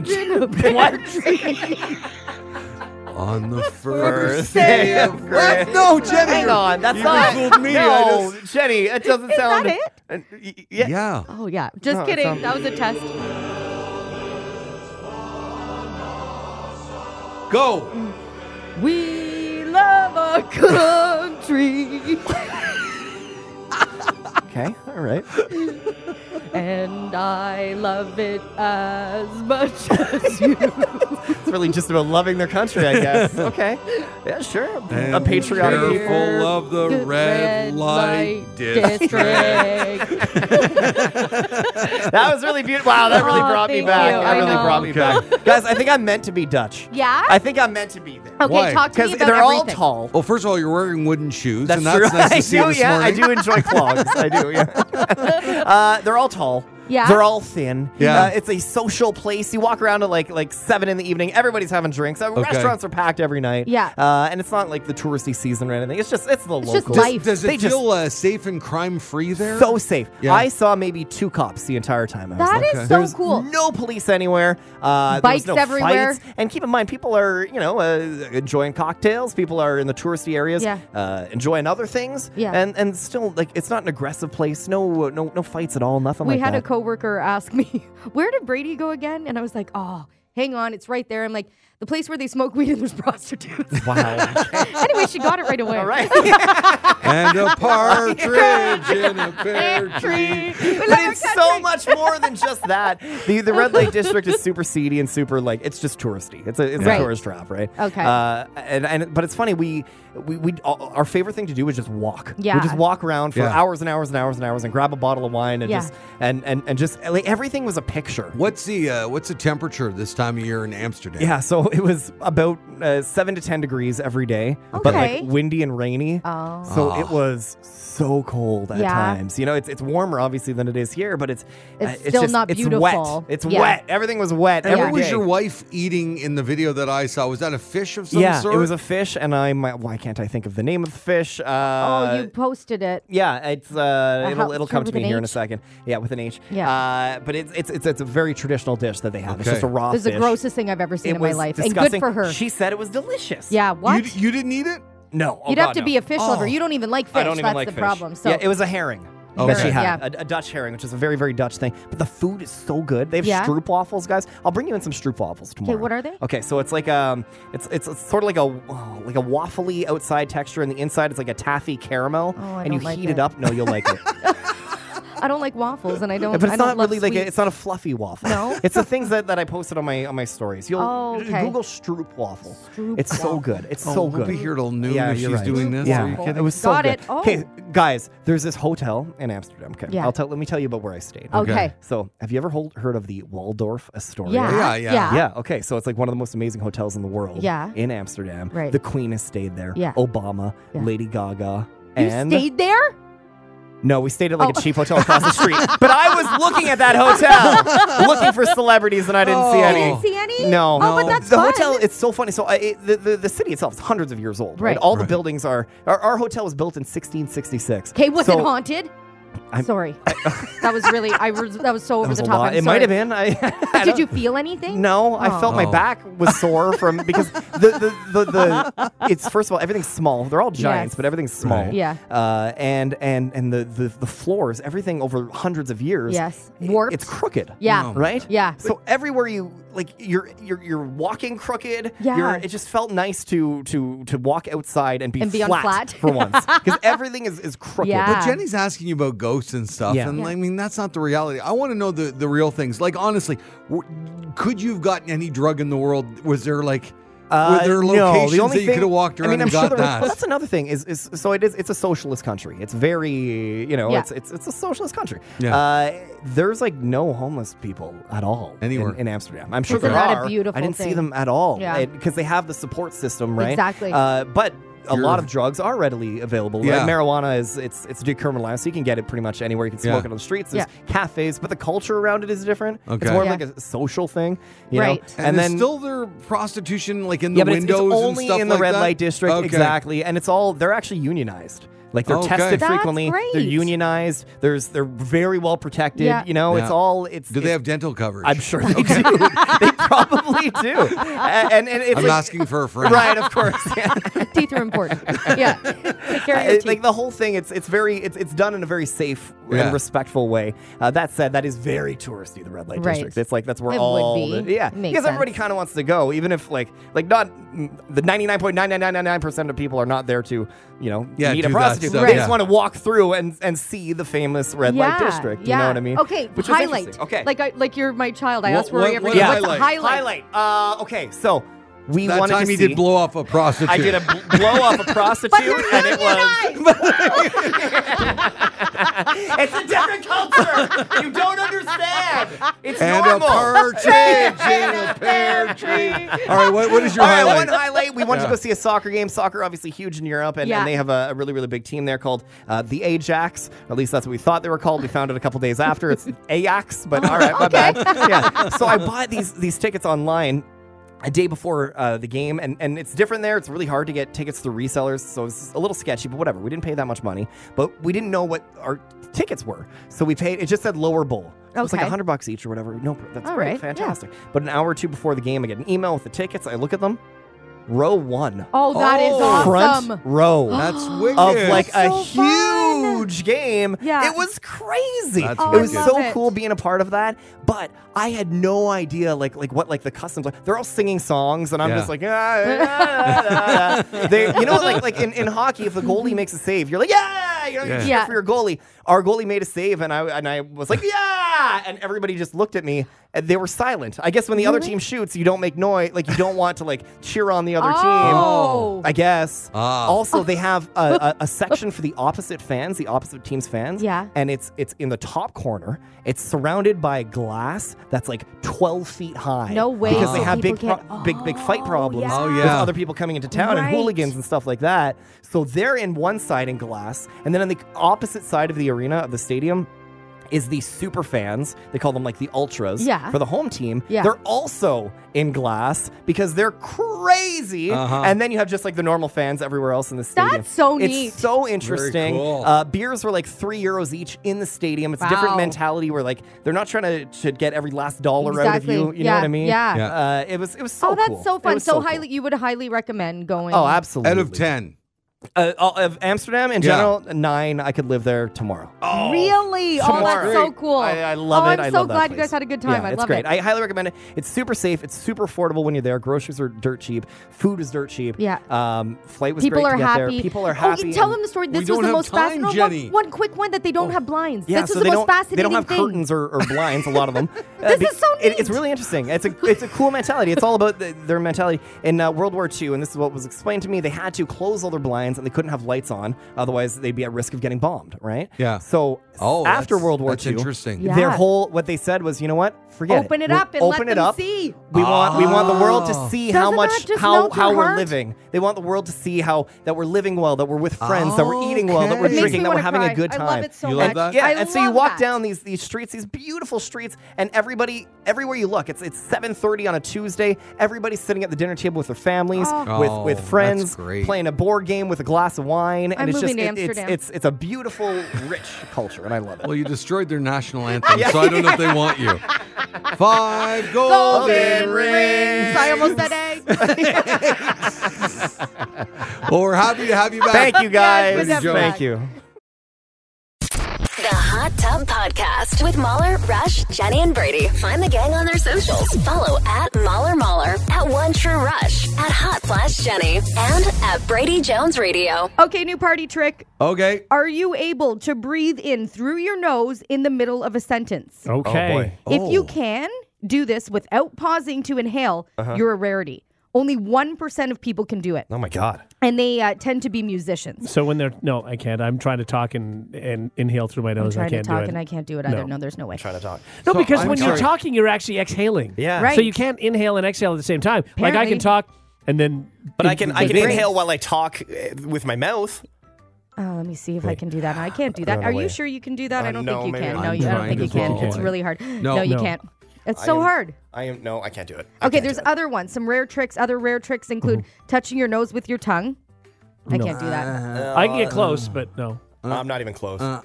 S2: on the first
S5: Day of
S2: What? No, Jenny.
S5: Hang on, that's
S2: you
S5: not
S2: fooled me. I
S5: No, Jenny, it doesn't sound.
S3: that
S5: Uh, y- y-
S2: Yeah.
S5: Yeah.
S3: Oh yeah. Just
S5: No, it
S3: kidding.
S5: sounds-
S3: That was a test.
S2: Go.
S3: We love our country
S5: Okay. All right.
S3: and I love it as much as you.
S5: It's really just about loving their country, I guess. okay. Yeah, sure. a
S2: And
S5: patriotic
S2: Careful
S5: people.
S2: of the red, light district.
S5: That was really beautiful. Wow, that really
S3: Aw,
S5: brought me
S3: thank you.
S5: back. That
S3: I
S5: really
S3: know.
S5: brought me back. Guys, I think I'm meant to be Dutch.
S3: Yeah?
S5: I think I'm meant to be there.
S3: Okay,
S2: Why?
S3: talk to Oh, me
S5: Because
S3: about
S5: they're all
S3: everything.
S5: tall.
S2: Well, first of all, you're wearing wooden shoes,
S5: That's
S2: and Oh, that's
S5: true.
S2: nice to see
S5: I do,
S2: this
S5: yeah.
S2: morning.
S5: I do enjoy clogs. I do, yeah. Uh, they're all tall.
S3: Yeah?
S5: They're all thin.
S2: Yeah.
S5: Uh, it's a social place. You walk around at like like seven in the evening. Everybody's having drinks. Uh,
S2: Okay.
S5: Restaurants are packed every night.
S3: Yeah.
S5: Uh, and it's not like the touristy season or anything. It's just it's the
S3: It's just
S5: local.
S3: life.
S2: Does, does it
S5: They just-
S2: feel uh, safe and crime free there?
S5: So safe.
S2: Yeah.
S5: I saw maybe two cops the entire time. I was
S3: That
S5: like,
S3: is
S5: there
S3: so
S5: was
S3: cool.
S5: No police anywhere. Uh, there was
S3: Bikes
S5: no
S3: everywhere.
S5: fights. And keep in mind, people are you know uh, enjoying cocktails. People are in the touristy areas,
S3: Yeah.
S5: uh, enjoying other things.
S3: Yeah.
S5: And and still like it's not an aggressive place. No uh, no no fights at all. Nothing
S3: we
S5: like
S3: had
S5: that.
S3: a coworker ask me, "Where did Brady go again?" And I was like, "Oh, hang on, it's right there." I'm like, "The place where they smoke weed and there's prostitutes."
S5: wow.
S3: anyway, she got it right away.
S5: all right.
S2: and a partridge in a pear tree.
S5: but it's so much more than just that. The the Red Lake District is super seedy and super like it's just touristy. It's a it's
S3: Right.
S5: a tourist trap, right?
S3: Okay.
S5: Uh, and and but it's funny we we we our favorite thing to do is just walk.
S3: Yeah.
S5: We just walk around for
S2: Yeah.
S5: hours and hours and hours and hours and grab a bottle of wine and
S3: Yeah.
S5: just and and and just like everything was a picture.
S2: What's the uh, what's the temperature this time of year in Amsterdam?
S5: Yeah, so it was about uh, seven to ten degrees every day, but
S3: Okay.
S5: like windy and rainy.
S3: Oh.
S5: So
S2: Ah.
S5: it was so cold at
S3: Yeah.
S5: times. You know, it's it's warmer obviously than it is here, but it's
S3: It's still not
S5: it's
S3: beautiful.
S5: wet. It's
S3: Yeah.
S5: wet. Everything was wet.
S2: And
S5: every
S2: what was
S5: day.
S2: your wife eating in the video that I saw? Was that a fish of some
S5: yeah,
S2: sort?
S5: it was a fish, and I might, why can't I think of the name of the fish? Uh,
S3: Oh, you posted it.
S5: Yeah, it's uh, it'll,
S3: how-
S5: it'll
S3: start
S5: come to
S3: with
S5: me
S3: an
S5: here in a
S3: H?
S5: second. Yeah, with an H.
S3: Yeah.
S5: Uh, but it's it's it's it's a very traditional dish that they have. It's
S2: Okay.
S5: just a raw
S3: It was
S5: fish.
S3: the grossest thing I've ever seen
S5: it
S3: in my
S5: was
S3: life, and good
S5: disgusting.
S3: for her.
S5: She said it was delicious.
S3: yeah,
S2: you,
S3: what?
S2: d- you didn't eat it?
S5: No. oh
S3: You'd
S5: God,
S3: have to
S5: no.
S3: be a fish lover. You don't even like fish.
S5: Oh. I don't
S3: That's
S5: even like
S3: the
S5: fish.
S3: problem. So
S5: yeah, it was a herring.
S2: Okay.
S5: That she had
S3: Yeah.
S5: a, a Dutch herring, which is a very, very Dutch thing. But the food is so good. They have
S3: Yeah.
S5: stroopwafels, guys. I'll bring you in some stroopwafels tomorrow.
S3: what are they?
S5: Okay, so it's like um, it's it's, it's sort of like a oh, like a waffly outside texture, and the inside is like a taffy caramel.
S3: Oh, I
S5: and you
S3: don't like
S5: heat
S3: it.
S5: it up. No, you'll like it.
S3: I don't like waffles, and I don't.
S5: but it's
S3: I don't
S5: not
S3: love
S5: really like a,
S3: sweets.
S5: it's not a fluffy waffle.
S3: No?
S5: it's the things that, that I posted on my on my stories. You'll
S3: Oh, okay.
S5: Google stroopwafel.
S3: Stroopwafel.
S5: It's so good. It's
S2: Oh,
S5: so
S2: we'll
S5: good.
S2: be here till noon
S5: Yeah,
S2: if she's
S5: you're right.
S2: doing this.
S5: Yeah,
S2: Are you kidding?
S5: it was so
S3: Got
S5: good.
S3: it. Oh.
S5: Okay, guys, there's this hotel in Amsterdam. Okay,
S3: Yeah.
S5: I'll tell. Let me tell you about where I stayed.
S3: Okay.
S2: Okay.
S5: So, have you ever hold, heard of the Waldorf Astoria?
S3: Yeah.
S2: Yeah, yeah.
S3: Yeah.
S5: Yeah, okay. So it's like one of the most amazing hotels in the world.
S3: Yeah.
S5: In Amsterdam.
S3: Right.
S5: The Queen has stayed there.
S3: Yeah.
S5: Obama,
S3: Yeah.
S5: Lady Gaga,
S3: You
S5: and Oh.
S3: stayed there?
S5: No, we stayed at
S3: Oh.
S5: like a cheap hotel across the street. But I was looking at that hotel, looking for celebrities, and I didn't see
S2: Oh.
S5: any.
S2: You
S3: didn't see any?
S5: No.
S3: Oh, but No. that's
S5: the
S3: fun.
S5: hotel. It's so funny. So uh, it, the, the the city itself is hundreds of years old. Right.
S3: Right.
S5: All the
S2: Right.
S5: buildings are. Our, our hotel was built in 1666.
S3: Okay, was
S5: so
S3: it haunted?
S5: I'm-
S3: sorry, that was really I was that was so over
S5: That was
S3: the
S5: a
S3: top.
S5: lot.
S3: I'm
S5: It might
S3: sorry.
S5: have been. I, I
S3: But
S5: don't-
S3: did you feel anything?
S5: No, I felt my
S2: Oh.
S5: back was sore from because the the, the, the it's first of all everything's small. They're all giants,
S3: Yes.
S5: but everything's small.
S2: Right.
S3: Yeah.
S5: Uh, and and and the, the the floors, everything over hundreds of years.
S3: Yes.
S5: i-
S3: Warped.
S5: It's crooked.
S3: Yeah.
S2: No.
S5: Right.
S3: Yeah.
S5: So everywhere you like, you're you're you're walking crooked.
S3: Yeah.
S5: You're, it just felt nice to to to walk outside and be,
S3: And be on
S5: flat,
S3: flat.
S5: for once because everything is is crooked.
S3: Yeah.
S2: But Jenny's asking you about ghosts and stuff,
S5: Yeah.
S2: and
S3: Yeah.
S2: I mean that's not the reality. I want to know the the real things. Like honestly, w- could you have gotten any drug in the world? Was there like
S5: Uh,
S2: were there
S5: no,
S2: locations
S5: the only
S2: that you
S5: thing-
S2: could have walked around
S5: I mean, I'm
S2: and
S5: sure
S2: got
S5: there was-
S2: that?
S5: Well, that's another thing. Is, is so it is. It's a socialist country. It's very you know.
S3: Yeah.
S5: It's, it's it's a socialist country.
S2: Yeah.
S5: Uh, there's like no homeless people at all in-
S2: Anywhere.
S5: in, Amsterdam. I'm sure
S3: Isn't
S5: there
S3: that a
S5: are.
S3: beautiful
S5: I didn't see
S3: thing?
S5: them at all.
S3: Yeah.
S5: because they have the support system, right?
S3: Exactly.
S5: Uh, but. A
S2: You're-
S5: lot of drugs are readily available. right?
S2: Yeah.
S5: Marijuana is it's it's decriminalized, so you can get it pretty much anywhere. You can smoke
S2: Yeah.
S5: it on the streets. There's cafes, but the culture around it is different. It's
S2: Okay.
S5: more of
S3: Yeah.
S5: like a social thing, you
S3: Right.
S5: know.
S2: and, then still there prostitution like in the
S5: Yeah, but it's, it's
S2: windows
S5: only
S2: and stuff
S5: in the
S2: like
S5: red
S2: that?
S5: light district,
S2: Okay.
S5: exactly. And it's all they're actually unionized. Like they're
S2: Okay.
S5: tested
S2: That's
S5: frequently. They're
S3: great.
S5: unionized. There's they're very well protected.
S3: Yeah.
S5: You know, it's
S2: Yeah.
S5: all it's.
S2: Do they
S5: it's-
S2: have dental coverage?
S5: I'm sure they do. they probably do. A- And, and it's
S2: I'm
S5: like-
S2: asking for a friend.
S5: right, of course. Yeah.
S3: uh, teeth are important. yeah, take care of your
S5: It-
S3: teeth.
S5: like the whole thing, it's it's very it's it's done in a very safe
S2: Yeah.
S5: and respectful way. Uh, that said, that is very touristy. The red light
S3: Right.
S5: district. It's like that's where
S3: It would
S5: all
S3: be.
S5: the- yeah,
S3: Makes
S5: because everybody
S3: sense.
S5: kind of wants to go, even if like like not mm, the ninety nine point nine nine nine nine nine percent of people are not there to you know
S2: Yeah,
S5: meet
S2: do
S5: a
S2: that
S5: prostitute.
S2: stuff,
S5: They
S2: yeah.
S5: just want to walk through and and see the famous red light
S3: Yeah,
S5: district. You know
S3: yeah.
S5: what I mean?
S3: Okay,
S5: Which is
S3: highlight.
S5: interesting. Okay,
S3: like I, like you're my child. I
S2: What-
S3: asked Rory
S2: what-
S3: every
S2: what
S3: day. What's the
S2: highlight?
S3: highlight?
S5: highlight. Uh, okay, so we
S2: That
S5: wanted
S2: time
S5: to
S2: he
S5: see.
S2: did blow off a prostitute.
S5: I did a bl- blow off a prostitute, and it was. It's a different culture. you don't understand. It's
S2: and a
S5: normal.
S2: partridge in a pear tree. All right, what, what is your
S5: All right,
S2: highlight?
S5: one highlight. We went to
S2: Yeah.
S5: go see a soccer game. Soccer, obviously huge in Europe, and,
S3: Yeah.
S5: and they have a, a really, really big team there called uh, the Ajax. At least that's what we thought they were called. We found it a couple days after. It's Ajax, but all right, my bad. Yeah. So I bought these these tickets online. A day before uh, the game, and, and it's different there. It's really hard to get tickets through resellers, so it's a little sketchy, but whatever. We didn't pay that much money, but we didn't know what our tickets were. So we paid, it just said lower bowl. It was like
S3: Okay.
S5: 100 bucks each or whatever. No, that's that's
S3: All
S5: great.
S3: right, yeah.
S5: Fantastic. But an hour or two before the game, I get an email with the tickets. I look at them. Row one.
S3: Oh, that is
S2: Oh.
S3: awesome.
S5: Front row
S2: That's wicked.
S5: of like a
S3: so fun.
S5: huge game.
S3: Yeah.
S5: It was crazy.
S2: That's
S5: it was
S3: wicked.
S5: so
S3: Love it.
S5: cool being a part of that. But I had no idea like like what like the customs like. They're all singing songs and I'm
S2: Yeah.
S5: just like ah, ah, ah, ah. They, you know like like in, in hockey if the goalie makes a save, you're like, yeah, you know, you
S2: Yeah.
S5: cheer
S3: Yeah.
S5: for your goalie. Our goalie made a save and I and I was like, yeah, and everybody just looked at me and they were silent. I guess when the other team shoots, you don't make noise, like you don't want to like cheer on the other team.
S3: Oh.
S5: I guess.
S2: Ah.
S5: Also, they have a, a, a section for the opposite fans, the opposite team's fans.
S3: Yeah.
S5: And it's it's in the top corner. It's surrounded by glass that's like twelve feet high.
S3: No way.
S5: Because they
S2: So
S5: have big
S3: people
S5: pro-
S3: get-
S5: big big fight
S3: Oh,
S5: problems
S3: yeah. Oh,
S5: with
S2: yeah.
S5: other people coming into town
S3: Right.
S5: and hooligans and stuff like that. So they're in one side in glass, and then on the opposite side of the arena of the stadium. Is the super fans? They call them like the ultras
S3: Yeah.
S5: for the home team.
S3: Yeah.
S5: They're also in glass because they're crazy.
S2: Uh-huh.
S5: And then you have just like the normal fans everywhere else in the stadium.
S3: That's so neat.
S5: It's so interesting.
S2: cool.
S5: Uh, beers were like three euros each in the stadium. It's a different
S3: Wow.
S5: mentality where like they're not trying to, to get every last dollar out of
S3: Exactly.
S5: you. You know
S3: Yeah,
S5: what I mean?
S3: yeah.
S2: Yeah.
S5: Uh, it was it was so
S3: Oh, that's
S5: cool.
S3: so
S5: It
S3: fun.
S5: was
S3: So,
S5: cool.
S3: highly, you would highly recommend going.
S5: Oh, absolutely.
S2: Out of 10.
S5: Uh, uh, of Amsterdam in
S2: Yeah.
S5: general, nine. I could live there tomorrow.
S3: Really? Oh,
S5: Tomorrow.
S3: that's so cool.
S5: I, I love
S3: oh, I'm
S5: it. I
S3: so
S5: love that
S3: glad you
S5: place.
S3: guys had a good time.
S5: Yeah,
S3: I
S5: it's
S3: love
S5: great.
S3: it.
S5: I highly recommend it. It's super safe. It's super affordable when you're there. Groceries are dirt cheap. Food is dirt cheap.
S3: Yeah.
S5: Um, flight was
S3: People are
S5: great to get there.
S3: happy.
S5: People are
S3: Oh,
S5: happy.
S3: you tell
S5: and- Oh.
S3: them the story.
S2: We
S3: This was
S2: don't
S3: the
S2: have
S3: most
S2: time,
S3: fascinating. no,
S2: Jenny.
S3: One, one quick one that they don't have blinds.
S5: Yeah,
S3: this
S5: so
S3: was
S5: they
S3: the most
S5: don't,
S3: fascinating
S5: They don't have
S3: thing.
S5: curtains or, or blinds, a lot of them. Uh,
S3: This
S5: be-
S3: is so
S5: it- it's
S3: neat.
S5: really interesting. It's a it's a cool mentality. It's all about the, their mentality. In uh, World War II, and this is what was explained to me, they had to close all their blinds airplanes and they couldn't have lights on, otherwise they'd be at risk of getting bombed, right?
S2: Yeah.
S5: So
S2: Oh,
S5: after
S2: that's-
S5: World War
S2: that's
S5: II,
S2: interesting.
S3: Yeah.
S5: their whole what they said was, you know what? Forget
S3: Open
S5: it.
S3: it
S5: We're-
S3: up and
S5: open
S3: let
S5: it
S3: them
S5: up.
S3: see.
S5: We want we want the world
S2: Ah.
S5: to see how
S3: Doesn't
S5: much
S3: that just
S5: how
S3: melt your
S5: how we're
S3: heart?
S5: living. They want the world to see how that we're living well, that we're with friends, that we're eating well, that we're
S2: Okay. It makes
S5: drinking,
S2: me
S5: that we're
S3: wanna
S5: having
S3: cry.
S5: a good
S3: I
S5: time.
S3: love it so
S2: You love
S3: much.
S2: that?
S5: Yeah,
S3: I
S5: and so you
S3: love
S5: walk
S3: that.
S5: down these these streets, these beautiful streets, and everybody everywhere you look, it's it's 7:30 on a Tuesday. Everybody's sitting at the dinner table with their families,
S3: Oh.
S2: Oh,
S5: with with
S2: that's
S5: friends,
S2: great.
S5: playing a board game with a glass of wine, and
S3: I'm
S5: it's just
S3: moving to
S5: it- it's,
S3: Amsterdam.
S5: it's it's a beautiful, rich culture, and I love it.
S2: Well, you destroyed their national anthem, so I don't know if they want you. Five golden
S3: Golden
S2: rings.
S3: I almost said egg.
S2: Well, we're happy to have you back.
S5: Thank you
S3: Yes,
S5: guys.
S3: we'd have you
S5: Thank
S3: back.
S5: you.
S1: The Hot Tub Podcast with Mahler, Rush, Jenny, and Brady. Find the gang on their socials. Follow at Mahler Mahler, at One True Rush, at Hot Flash Jenny, and at Brady Jones Radio.
S3: okay, new party trick.
S2: Okay.
S3: Are you able to breathe in through your nose in the middle of a sentence?
S4: Okay.
S3: If you
S2: Oh.
S3: can do this without pausing to inhale,
S5: Uh-huh.
S3: you're a rarity. Only 1% of people can do it,
S5: Oh my god.
S3: and they uh, tend to be musicians.
S4: so when they're no, I can't. I'm trying to talk and, and inhale through my
S3: I'm
S4: nose. I
S3: trying to
S4: can't
S3: talk,
S4: do it.
S3: and I can't do it either.
S4: No.
S3: No, there's no way.
S5: Trying to talk.
S4: No,
S2: So,
S4: because
S2: I'm
S4: when you're
S2: sorry.
S4: talking, you're actually exhaling.
S5: Yeah.
S3: Right.
S4: So you can't inhale and exhale at the same time. Like I
S3: Apparently.
S4: can talk and then.
S5: But I can I can
S4: breathe.
S5: inhale while I talk uh, with my mouth.
S3: Oh, let me see if I can do that. I can't do that.
S5: don't
S3: Are
S5: know
S3: you
S5: why.
S3: sure you can do that?
S5: Uh,
S3: I don't
S5: no,
S3: think you
S5: maybe
S3: can.
S5: I'm
S3: No, you I don't
S4: trying
S3: think you
S4: to
S3: can.
S4: think
S3: It's
S4: it.
S3: really hard.
S2: No.
S3: No, you
S4: No.
S3: can't. It's
S5: I
S3: so
S5: am-
S3: hard.
S5: I am no, I can't do it. I
S3: Okay,
S5: can't
S3: there's
S5: do it.
S3: other ones. Some rare tricks. Other rare tricks include
S4: Mm-hmm.
S3: touching your nose with your tongue. I can't do
S5: Uh,
S3: that.
S4: I can get close, but no.
S5: I'm not even close.
S4: Yeah, I
S3: I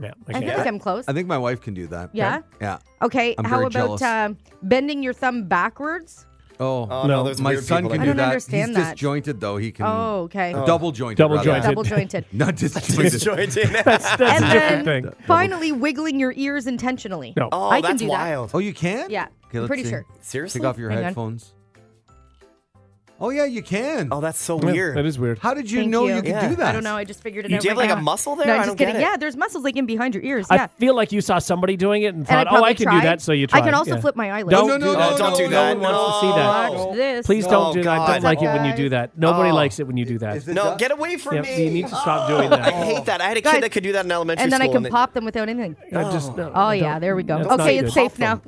S4: can't.
S3: feel like I'm close.
S2: I think my wife can do that.
S3: Yeah?
S2: Yeah.
S3: Okay,
S2: I'm
S3: how
S2: very
S3: about
S2: jealous.
S3: uh, bending your thumb backwards?
S2: Oh,
S5: oh, no,
S4: No,
S5: there's
S2: my
S5: weird
S2: son
S5: people
S2: can
S5: that
S2: do
S3: I don't
S2: that.
S3: understand
S2: He's
S3: that.
S2: disjointed though. He can.
S5: Mm.
S3: Oh, okay.
S2: Double jointed.
S4: Double
S2: rather.
S4: jointed.
S3: Double jointed.
S2: Not disjointed.
S5: disjointed.
S4: That's
S3: and
S4: a different
S3: then
S4: thing.
S3: finally wiggling your ears intentionally.
S4: No.
S5: oh,
S3: I can
S5: that's
S3: do that.
S5: wild.
S2: oh, you can?
S3: Yeah,
S2: Okay,
S3: I'm
S2: let's
S3: pretty
S2: see.
S3: sure.
S5: Seriously?
S2: Take off your
S3: Hang on.
S2: headphones. Oh yeah, you can.
S5: Oh, that's so
S4: Yeah,
S5: weird.
S4: That is weird.
S2: How did you
S3: Thank
S2: know you,
S3: you.
S2: could
S5: Yeah.
S2: do that?
S3: I don't know. I just figured it
S5: You
S3: out.
S5: do you have
S3: right
S5: like a
S3: now.
S5: muscle there?
S3: No, I'm
S5: I
S3: just
S5: don't get
S3: kidding.
S5: it.
S3: Yeah, there's muscles like in behind your ears.
S4: I
S3: yeah.
S4: feel like you saw somebody doing it
S3: And
S4: and
S3: I
S4: thought, "Oh, I
S3: probably
S4: can do
S3: tried.
S4: that." So you
S3: I
S4: tried.
S3: can also
S4: yeah.
S3: flip my eyelids.
S4: Don't
S2: No,
S4: do
S2: no,
S4: that.
S2: no,
S5: don't do
S4: no
S5: that.
S4: one wants to see that.
S3: Watch
S5: No.
S3: this.
S4: Please
S5: No,
S4: don't do that. I
S5: Oh, God.
S4: don't like it when you
S3: Guys.
S4: do that. Nobody
S5: Oh.
S4: likes it when you do that.
S2: Is it
S5: No,
S2: done?
S5: get away from
S4: Yeah,
S5: me. Oh.
S4: you need to stop doing
S5: I
S4: that.
S5: hate that. I had a kid
S3: Guys.
S5: that could do that in elementary
S3: and then I
S5: school.
S3: can pop them without anything.
S4: I just, no,
S3: Oh
S4: I
S3: yeah,
S4: don't-
S3: there we go.
S4: that's not
S3: Okay,
S4: good.
S3: it's safe now.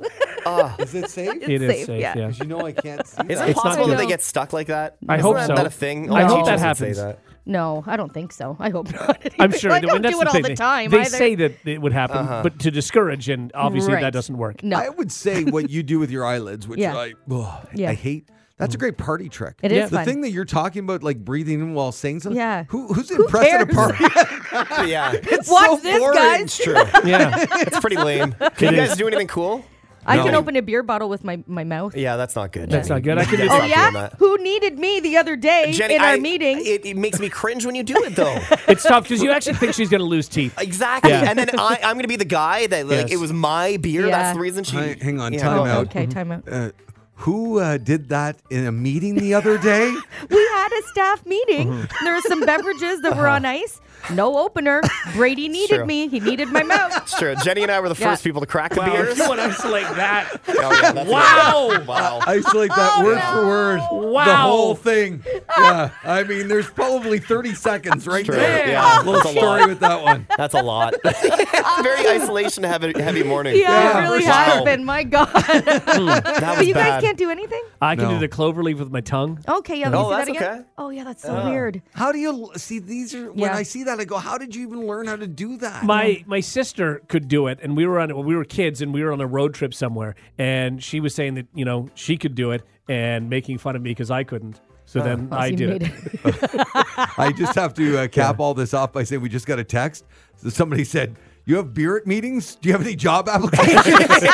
S2: Is it safe?
S4: It is
S3: safe,
S4: safe.
S3: yeah.
S4: Yeah.
S2: Because you know I can't see.
S5: Is
S2: that.
S5: it
S4: It's not
S5: possible that
S4: good.
S5: they get stuck like that?
S4: I
S5: Isn't
S4: hope
S5: that,
S4: so.
S5: That a thing?
S4: I
S5: All
S4: hope that
S5: teachers would say
S4: happens.
S5: that.
S3: no, I don't think so. I hope not.
S4: I'm sure.
S3: I
S4: that-
S3: don't
S4: that's
S3: do it
S4: the
S3: all
S4: thing.
S3: the time.
S4: They
S3: either.
S4: say that it would happen,
S5: Uh-huh.
S4: but to discourage, and obviously
S3: Right.
S4: that doesn't work.
S3: no.
S2: I would say what you do with your eyelids, which
S3: Yeah.
S2: I ugh,
S3: Yeah.
S2: I hate. That's a
S5: Mm.
S2: great party trick.
S3: It is Yeah.
S2: the
S3: fun.
S2: thing that you're talking about, like breathing in while saying something.
S3: Yeah.
S2: Who, who's impressed at a
S3: cares?
S2: party?
S5: yeah.
S2: It's
S3: Watch
S2: so
S3: this,
S2: boring.
S3: guys.
S5: It's true.
S4: Yeah.
S5: It's pretty lame. Can you guys do anything cool?
S3: I can
S2: No.
S3: open a beer bottle with my, my mouth.
S5: Yeah, that's not good.
S4: That's
S5: Jenny.
S4: not good. I can
S5: You
S4: do-
S5: guys
S3: Oh
S5: stop doing
S3: yeah,
S5: that.
S3: who needed me the other day
S5: Jenny,
S3: in our
S5: I-
S3: meeting?
S5: It, it makes me cringe when you do it, though.
S4: It's tough because you actually think she's going to lose teeth.
S5: exactly.
S4: Yeah.
S5: And then I, I'm going to be the guy that, like,
S4: Yes.
S5: it was my beer. That's
S3: Yeah.
S5: the reason she.
S2: Hi- hang on,
S5: Yeah.
S2: time
S3: oh,
S2: out.
S3: okay, time out.
S2: Uh, who uh, did that in a meeting the other day?
S3: We had a staff meeting.
S5: Mm-hmm.
S3: There were some beverages that were on ice. No opener. Brady needed
S5: Uh-huh. true.
S3: me. He needed my mouth.
S5: It's true. Jenny and I were the
S3: Yeah.
S5: first people to crack the
S4: Wow, if
S5: beers.
S4: you want to isolate that.
S5: Oh, yeah, that's
S4: Wow.
S5: it. Wow.
S2: Isolate that
S4: Oh,
S2: word for word. The
S4: Wow.
S2: whole thing. Yeah. I mean, there's probably 30 seconds right
S5: True.
S2: there.
S5: Yeah.
S2: Little
S5: That's a lot.
S2: story with that one.
S5: That's a lot. Very isolation heavy, heavy morning.
S3: Yeah, it really
S5: Wow.
S3: has been. My God.
S5: That
S3: but
S5: was
S3: you
S5: bad.
S3: guys can't do anything?
S4: I can
S2: No.
S4: do the clover leaf with my tongue.
S3: Okay, yeah, let me
S5: No,
S3: see
S5: that's
S3: that again.
S5: okay.
S3: Oh yeah, that's so weird.
S2: How do you see these are when
S3: Yeah.
S2: I see that I go, how did you even learn how to do that?
S4: My my sister could do it, and we were on when we were kids, and we were on a road trip somewhere, and she was saying that you know she could do it, and making fun of me because I couldn't. So then I
S3: Oh, You
S4: did
S3: made
S4: it.
S3: it.
S2: I just have to uh, cap all this off by saying we just got a text. So somebody said, "You have beer at meetings? Do you have any job applications?"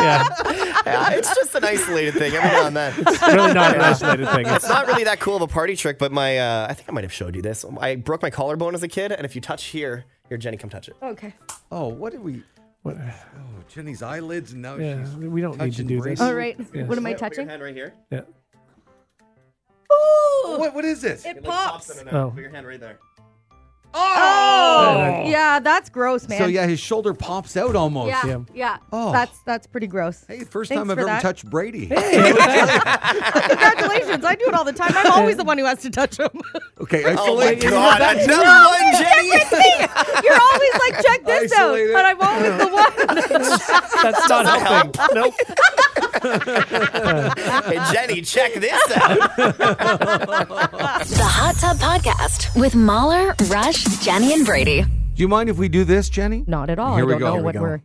S4: Yeah,
S5: Yeah, it's just an isolated thing every now and then.
S4: really not an isolated thing. It's
S5: It's not really that cool of a party trick, but my uh, I think I might have showed you this. I broke my collarbone as a kid, and if you touch here, here Jenny, come touch it.
S3: Okay.
S2: oh, what did we?
S4: What-
S2: Oh, Jenny's eyelids, and now
S4: yeah,
S2: she's.
S4: we don't need to
S2: Touching
S4: do
S2: braces.
S4: this.
S3: All right. What am I
S5: Yeah, put your
S3: touching?
S5: hand right here.
S4: Yeah.
S3: Ooh!
S2: What, what is this?
S3: It
S5: Like, pops
S3: pops.
S5: in there.
S4: Oh.
S5: Put your hand right there.
S4: uh,
S2: Oh!
S3: Yeah, that's gross, man.
S2: So yeah, his shoulder pops out almost.
S3: yeah,
S4: yeah.
S3: yeah.
S2: Oh.
S3: That's that's pretty gross.
S2: Hey, first
S3: Thanks
S2: time I've
S3: for
S2: ever
S3: that.
S2: touched Brady.
S3: Congratulations! I do it all the time. I'm always the one who has to touch him. Oh
S2: Okay, isolate.
S5: God, another one, Jenny.
S3: You're always like, check this
S2: Isolate it.
S3: out, but I'm always the one.
S4: That's not helping. nope.
S3: Oh.
S5: hey, Jenny, check this out.
S1: The Hot Tub Podcast with Mahler, Rush, Jenny, and Brady.
S2: Do you mind if we do this, Jenny?
S3: Not at all.
S2: Here
S3: I
S2: we
S3: don't
S2: go.
S3: know
S2: Here we
S3: what
S2: go.
S3: are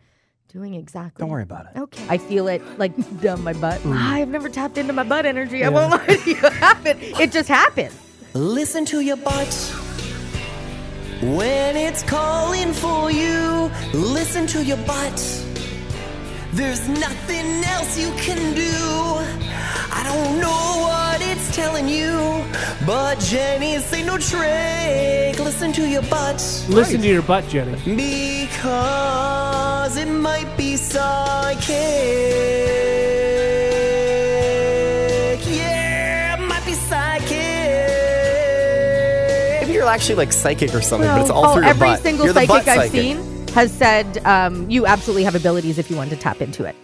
S3: doing exactly.
S5: Don't worry about it.
S3: Okay. I feel it like down my butt.
S2: Mm.
S3: I've never tapped into my butt energy. I won't lie to you. Happen. It just happened.
S5: Listen to your butt when it's calling for you. Listen to your butt. There's nothing else you can do. I don't know what it's telling you, but Jenny's ain't no trick. Listen to your butt
S4: Listen to your butt, Jenny.
S5: because it might be psychic. Yeah, it might be psychic. Maybe you're actually like psychic or something, but it's all
S3: oh,
S5: through your
S3: every
S5: butt.
S3: single
S5: You're the
S3: psychic
S5: butt
S3: I've
S5: psychic.
S3: seen has said um, you absolutely have abilities if you want to tap into it.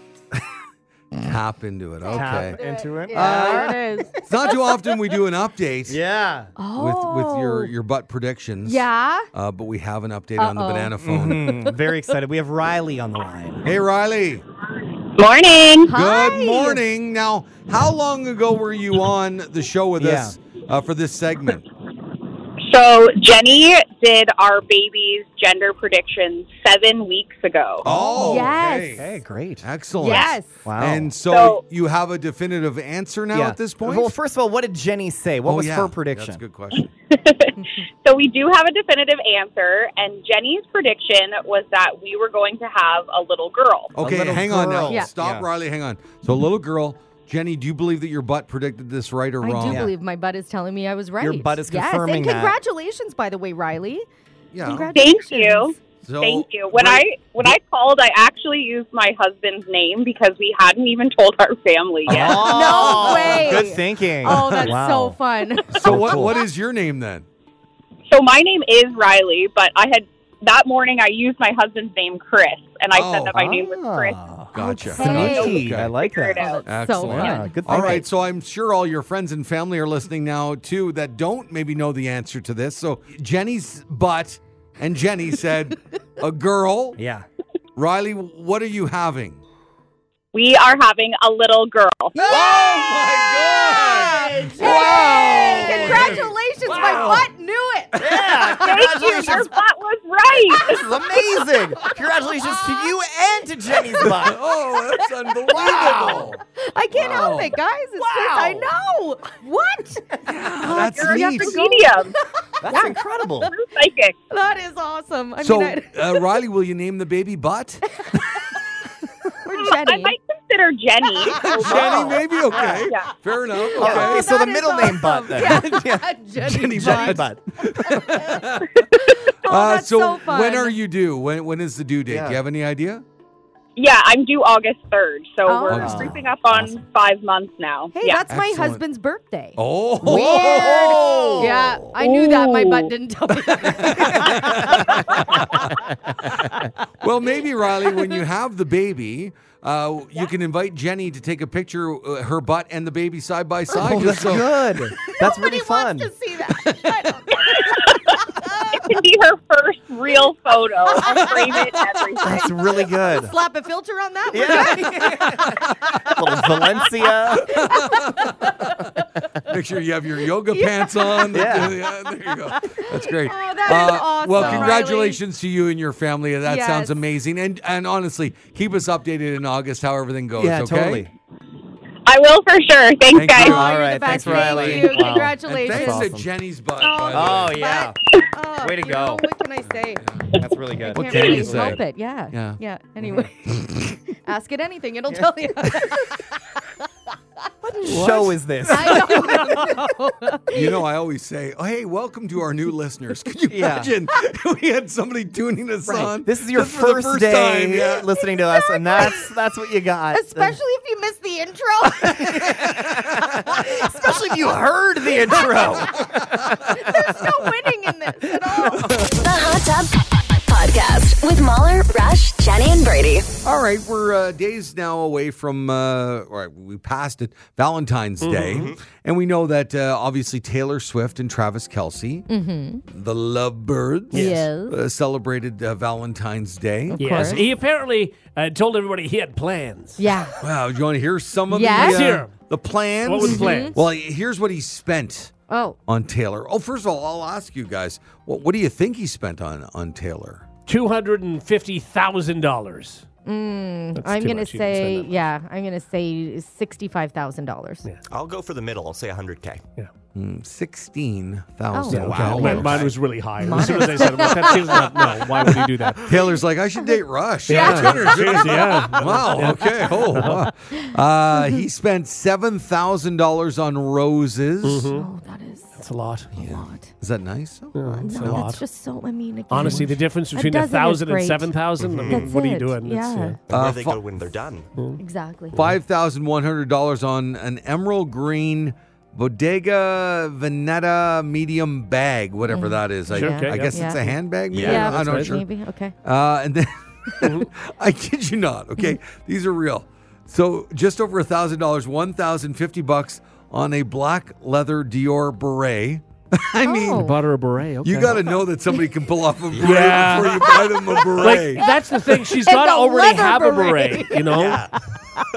S2: Tap into it. Okay.
S5: into it.
S3: Yeah, it is.
S2: it's not too often we do an update.
S5: Yeah.
S2: With with
S3: Oh.
S2: your your butt predictions.
S3: Yeah.
S2: Uh, but we have an update on the
S3: Uh-oh. Mm-hmm.
S2: banana phone.
S5: Hmm, very excited. We have Riley on the line.
S2: Hey, Riley.
S6: Morning.
S3: Hi.
S2: Good morning. Now, how long ago were you on the show with us uh, for this segment?
S6: So Jenny did our baby's gender predictions seven weeks ago.
S2: Oh,
S3: Yes.
S2: okay.
S5: Hey, great.
S2: Excellent.
S3: Yes.
S5: Wow.
S2: And so,
S6: So-
S2: you have a definitive answer now at this point?
S5: Well, first of all, what did Jenny say? What
S2: Oh,
S5: was
S2: yeah.
S5: her prediction?
S2: That's a good question.
S6: So we do have a definitive answer, and Jenny's prediction was that we were going to have a little girl.
S2: Okay,
S5: little
S2: hang on now.
S5: girl. Yeah.
S2: Stop,
S5: Yeah.
S2: Riley. Hang on. So, little girl, Jenny, do you believe that your butt predicted this right or
S3: I
S2: wrong?
S3: do believe my butt is telling me I was right.
S5: butt is
S3: Yes,
S5: confirming
S3: and
S5: that.
S3: congratulations, by the way, Riley.
S2: Yeah.
S3: Congratulations.
S6: you.
S2: So,
S6: Thank you. When
S2: we're-
S6: I when I called, I actually used my husband's name because we hadn't even told our family yet.
S2: Uh-huh.
S3: No
S5: Oh,
S3: way.
S5: Good thinking.
S3: Oh, that's
S5: Wow.
S3: so fun.
S2: So, what, what is your name then?
S6: So my name is Riley, but I had that morning I used my husband's name Chris, and I
S2: Oh.
S6: said that my name was Chris.
S5: Ah,
S2: Gotcha.
S3: Okay.
S5: sneaky.
S2: Okay.
S5: I like
S6: Figure it
S5: that.
S6: out.
S3: Oh, that's so
S2: Excellent.
S3: fun.
S5: Yeah, good
S2: All
S5: thinking.
S2: right, so I'm sure all your friends and family are listening now too that don't maybe know the answer to this. So Jenny's butt and Jenny said a girl.
S5: Yeah.
S2: Riley, what are you having?
S6: We are having a little girl.
S2: Oh my god! Wow!
S3: Congratulations, my butt knew it.
S5: Yeah,
S6: Thank you. Your
S5: congratulations.
S6: butt was right.
S5: This is amazing. Congratulations to you and to Jenny's butt.
S2: Oh, that's unbelievable!
S3: I can't
S2: Wow.
S3: help it, guys. It's just- I know. What?
S2: That's
S3: You're- you have
S2: neat.
S3: to
S6: The medium.
S5: That's incredible.
S6: You're psychic.
S3: That is awesome. I
S2: So,
S3: mean, I,
S2: uh, Riley, will you name the baby butt?
S3: we're
S6: I
S3: Jenny.
S6: might consider Jenny.
S2: Jenny, maybe okay.
S6: Yeah.
S2: Fair enough.
S3: Oh,
S2: Okay.
S5: Okay, so the
S3: that is
S5: middle name butt
S3: awesome.
S5: then.
S3: Yeah. Jenny,
S5: Jenny
S3: Butt.
S5: butt.
S3: Oh,
S2: Uh,
S3: that's so, fun.
S2: when are you due? When when is the due date?
S5: Yeah.
S2: Do you have any idea?
S6: Yeah, I'm due August 3rd, so
S3: Oh.
S6: we're
S2: August
S6: creeping up on
S5: Awesome.
S6: five months now.
S3: Hey,
S6: yeah.
S3: that's
S2: Excellent.
S3: my husband's birthday.
S2: Oh,
S5: Whoa.
S3: Yeah, I knew that. My
S6: Ooh.
S3: butt didn't tell me.
S2: Well, maybe Riley, when you have the baby, uh, you can invite Jenny to take a picture, uh, her butt and the baby side by side.
S5: Oh,
S2: just so-
S5: that's good. That's
S3: Nobody
S5: really fun.
S3: wants to see that.
S6: it can be her first real photo. I'll frame it and everything.
S5: That's really good.
S3: Slap a filter on that. one.
S5: Yeah. Little Valencia.
S2: Make sure you have your yoga pants on.
S5: Yeah.
S2: Yeah, there you go. That's great. Uh,
S3: Oh, that is awesome,
S2: Well,
S3: Riley.
S2: congratulations to you and your family. That sounds
S3: Yes.
S2: amazing. And and honestly, keep us updated in August how everything goes.
S5: Yeah,
S2: okay?
S5: totally.
S6: I will for sure. Thanks,
S2: Thank
S6: guys.
S2: you.
S3: Oh,
S5: All
S3: you're the
S5: right,
S3: best.
S5: thanks, Riley.
S3: Thank you.
S5: Wow.
S2: And
S3: Congratulations.
S2: thanks to
S5: Awesome.
S2: Jenny's butt.
S3: Oh,
S2: by the
S5: Oh,
S2: way.
S5: yeah.
S3: Oh,
S5: Way to
S3: you know,
S5: go.
S3: what can I say?
S5: That's really good.
S3: Can't
S2: can
S3: really
S2: you say?
S3: help it. Yeah.
S2: Yeah.
S3: Yeah. Anyway, ask it anything. It'll tell you.
S5: show is this?
S3: I know.
S2: You know, I always say, oh, "Hey, welcome to our new listeners." Could you
S5: Yeah.
S2: imagine we had somebody tuning us on?
S5: This is your
S2: just for the
S5: first, day
S2: Time. Yeah.
S5: listening to us, and that's that's what you got.
S3: Especially if you miss the the intro. uh,
S5: Especially if you heard the intro.
S3: There's no winning in this at all.
S1: The Hot Tub Podcast with Mahler, Rush, Jenny, and Brady.
S2: All right, we're uh, days now away from, uh, all right, we passed it, Valentine's
S4: Mm-hmm,
S2: Day. And we know that uh, obviously Taylor Swift and Travis Kelsey, the Lovebirds,
S3: Mm-hmm. Yes.
S2: uh, celebrated uh, Valentine's Day.
S4: Yes,
S3: course.
S4: he apparently uh, told everybody he had plans.
S3: Yeah.
S2: Wow, do you want to hear some of
S3: Yes.
S2: the, uh,
S4: Let's hear 'em.
S2: the plans? Mm-hmm.
S4: What was the plans?
S2: Well, here's what he spent
S3: Oh,
S2: on Taylor. Oh, first of all, I'll ask you guys, what, what do you think he spent on, on Taylor?
S4: Two hundred and fifty thousand dollars.
S3: I'm
S4: too
S3: gonna
S4: much. You didn't spend
S3: say
S4: that much.
S3: yeah. I'm gonna say sixty-five thousand dollars.
S7: I'll go for the middle. I'll say
S5: Uh,
S7: 100K.
S2: $16,000.
S3: Oh,
S4: Wow,
S2: dollars.
S4: mine, mine was really high. As soon as I said, well, that, she's not, no, why would you do that?
S2: Taylor's like, I should date Rush.
S4: Seriously, yeah.
S2: Wow. Okay. Oh, wow. Uh, he spent seven thousand dollars on roses.
S3: Oh, that is
S4: That's a lot.
S3: a lot.
S2: Is that nice?
S4: It's
S3: No,
S4: a lot.
S3: that's just so. I mean, again,
S4: Honestly, the difference
S3: A
S4: between
S3: dozen
S4: a
S3: is
S4: thousand and
S3: great.
S4: seven thousand. I mean,
S3: That's
S4: what are you
S3: it.
S4: doing? It's,
S3: Yeah.
S7: Where
S2: Uh,
S7: they
S2: fo-
S7: go when they're done.
S3: exactly.
S2: Five thousand one hundred dollars on an emerald green Bodega Veneta medium bag, whatever that is. I,
S4: Mm-hmm. Sure, okay,
S2: I
S4: yeah.
S2: guess it's
S3: Yeah.
S2: a handbag. Maybe?
S7: Yeah,
S2: I don't- I'm not
S4: right. Mm-hmm.
S2: sure.
S3: Maybe okay.
S2: Uh, and then I kid you not. Okay,
S4: Mm-hmm.
S2: these are real. So just over a thousand dollars, one thousand fifty bucks on a black leather Dior beret. I mean,
S3: Oh.
S4: Butter a beret. Okay.
S2: You got to know that somebody can pull off a beret
S4: Yeah.
S2: before you buy them a
S4: Like
S2: beret.
S4: that's the thing. She's
S3: And
S4: got to
S3: the
S4: already
S3: leather
S4: have a
S3: beret.
S4: beret, you know,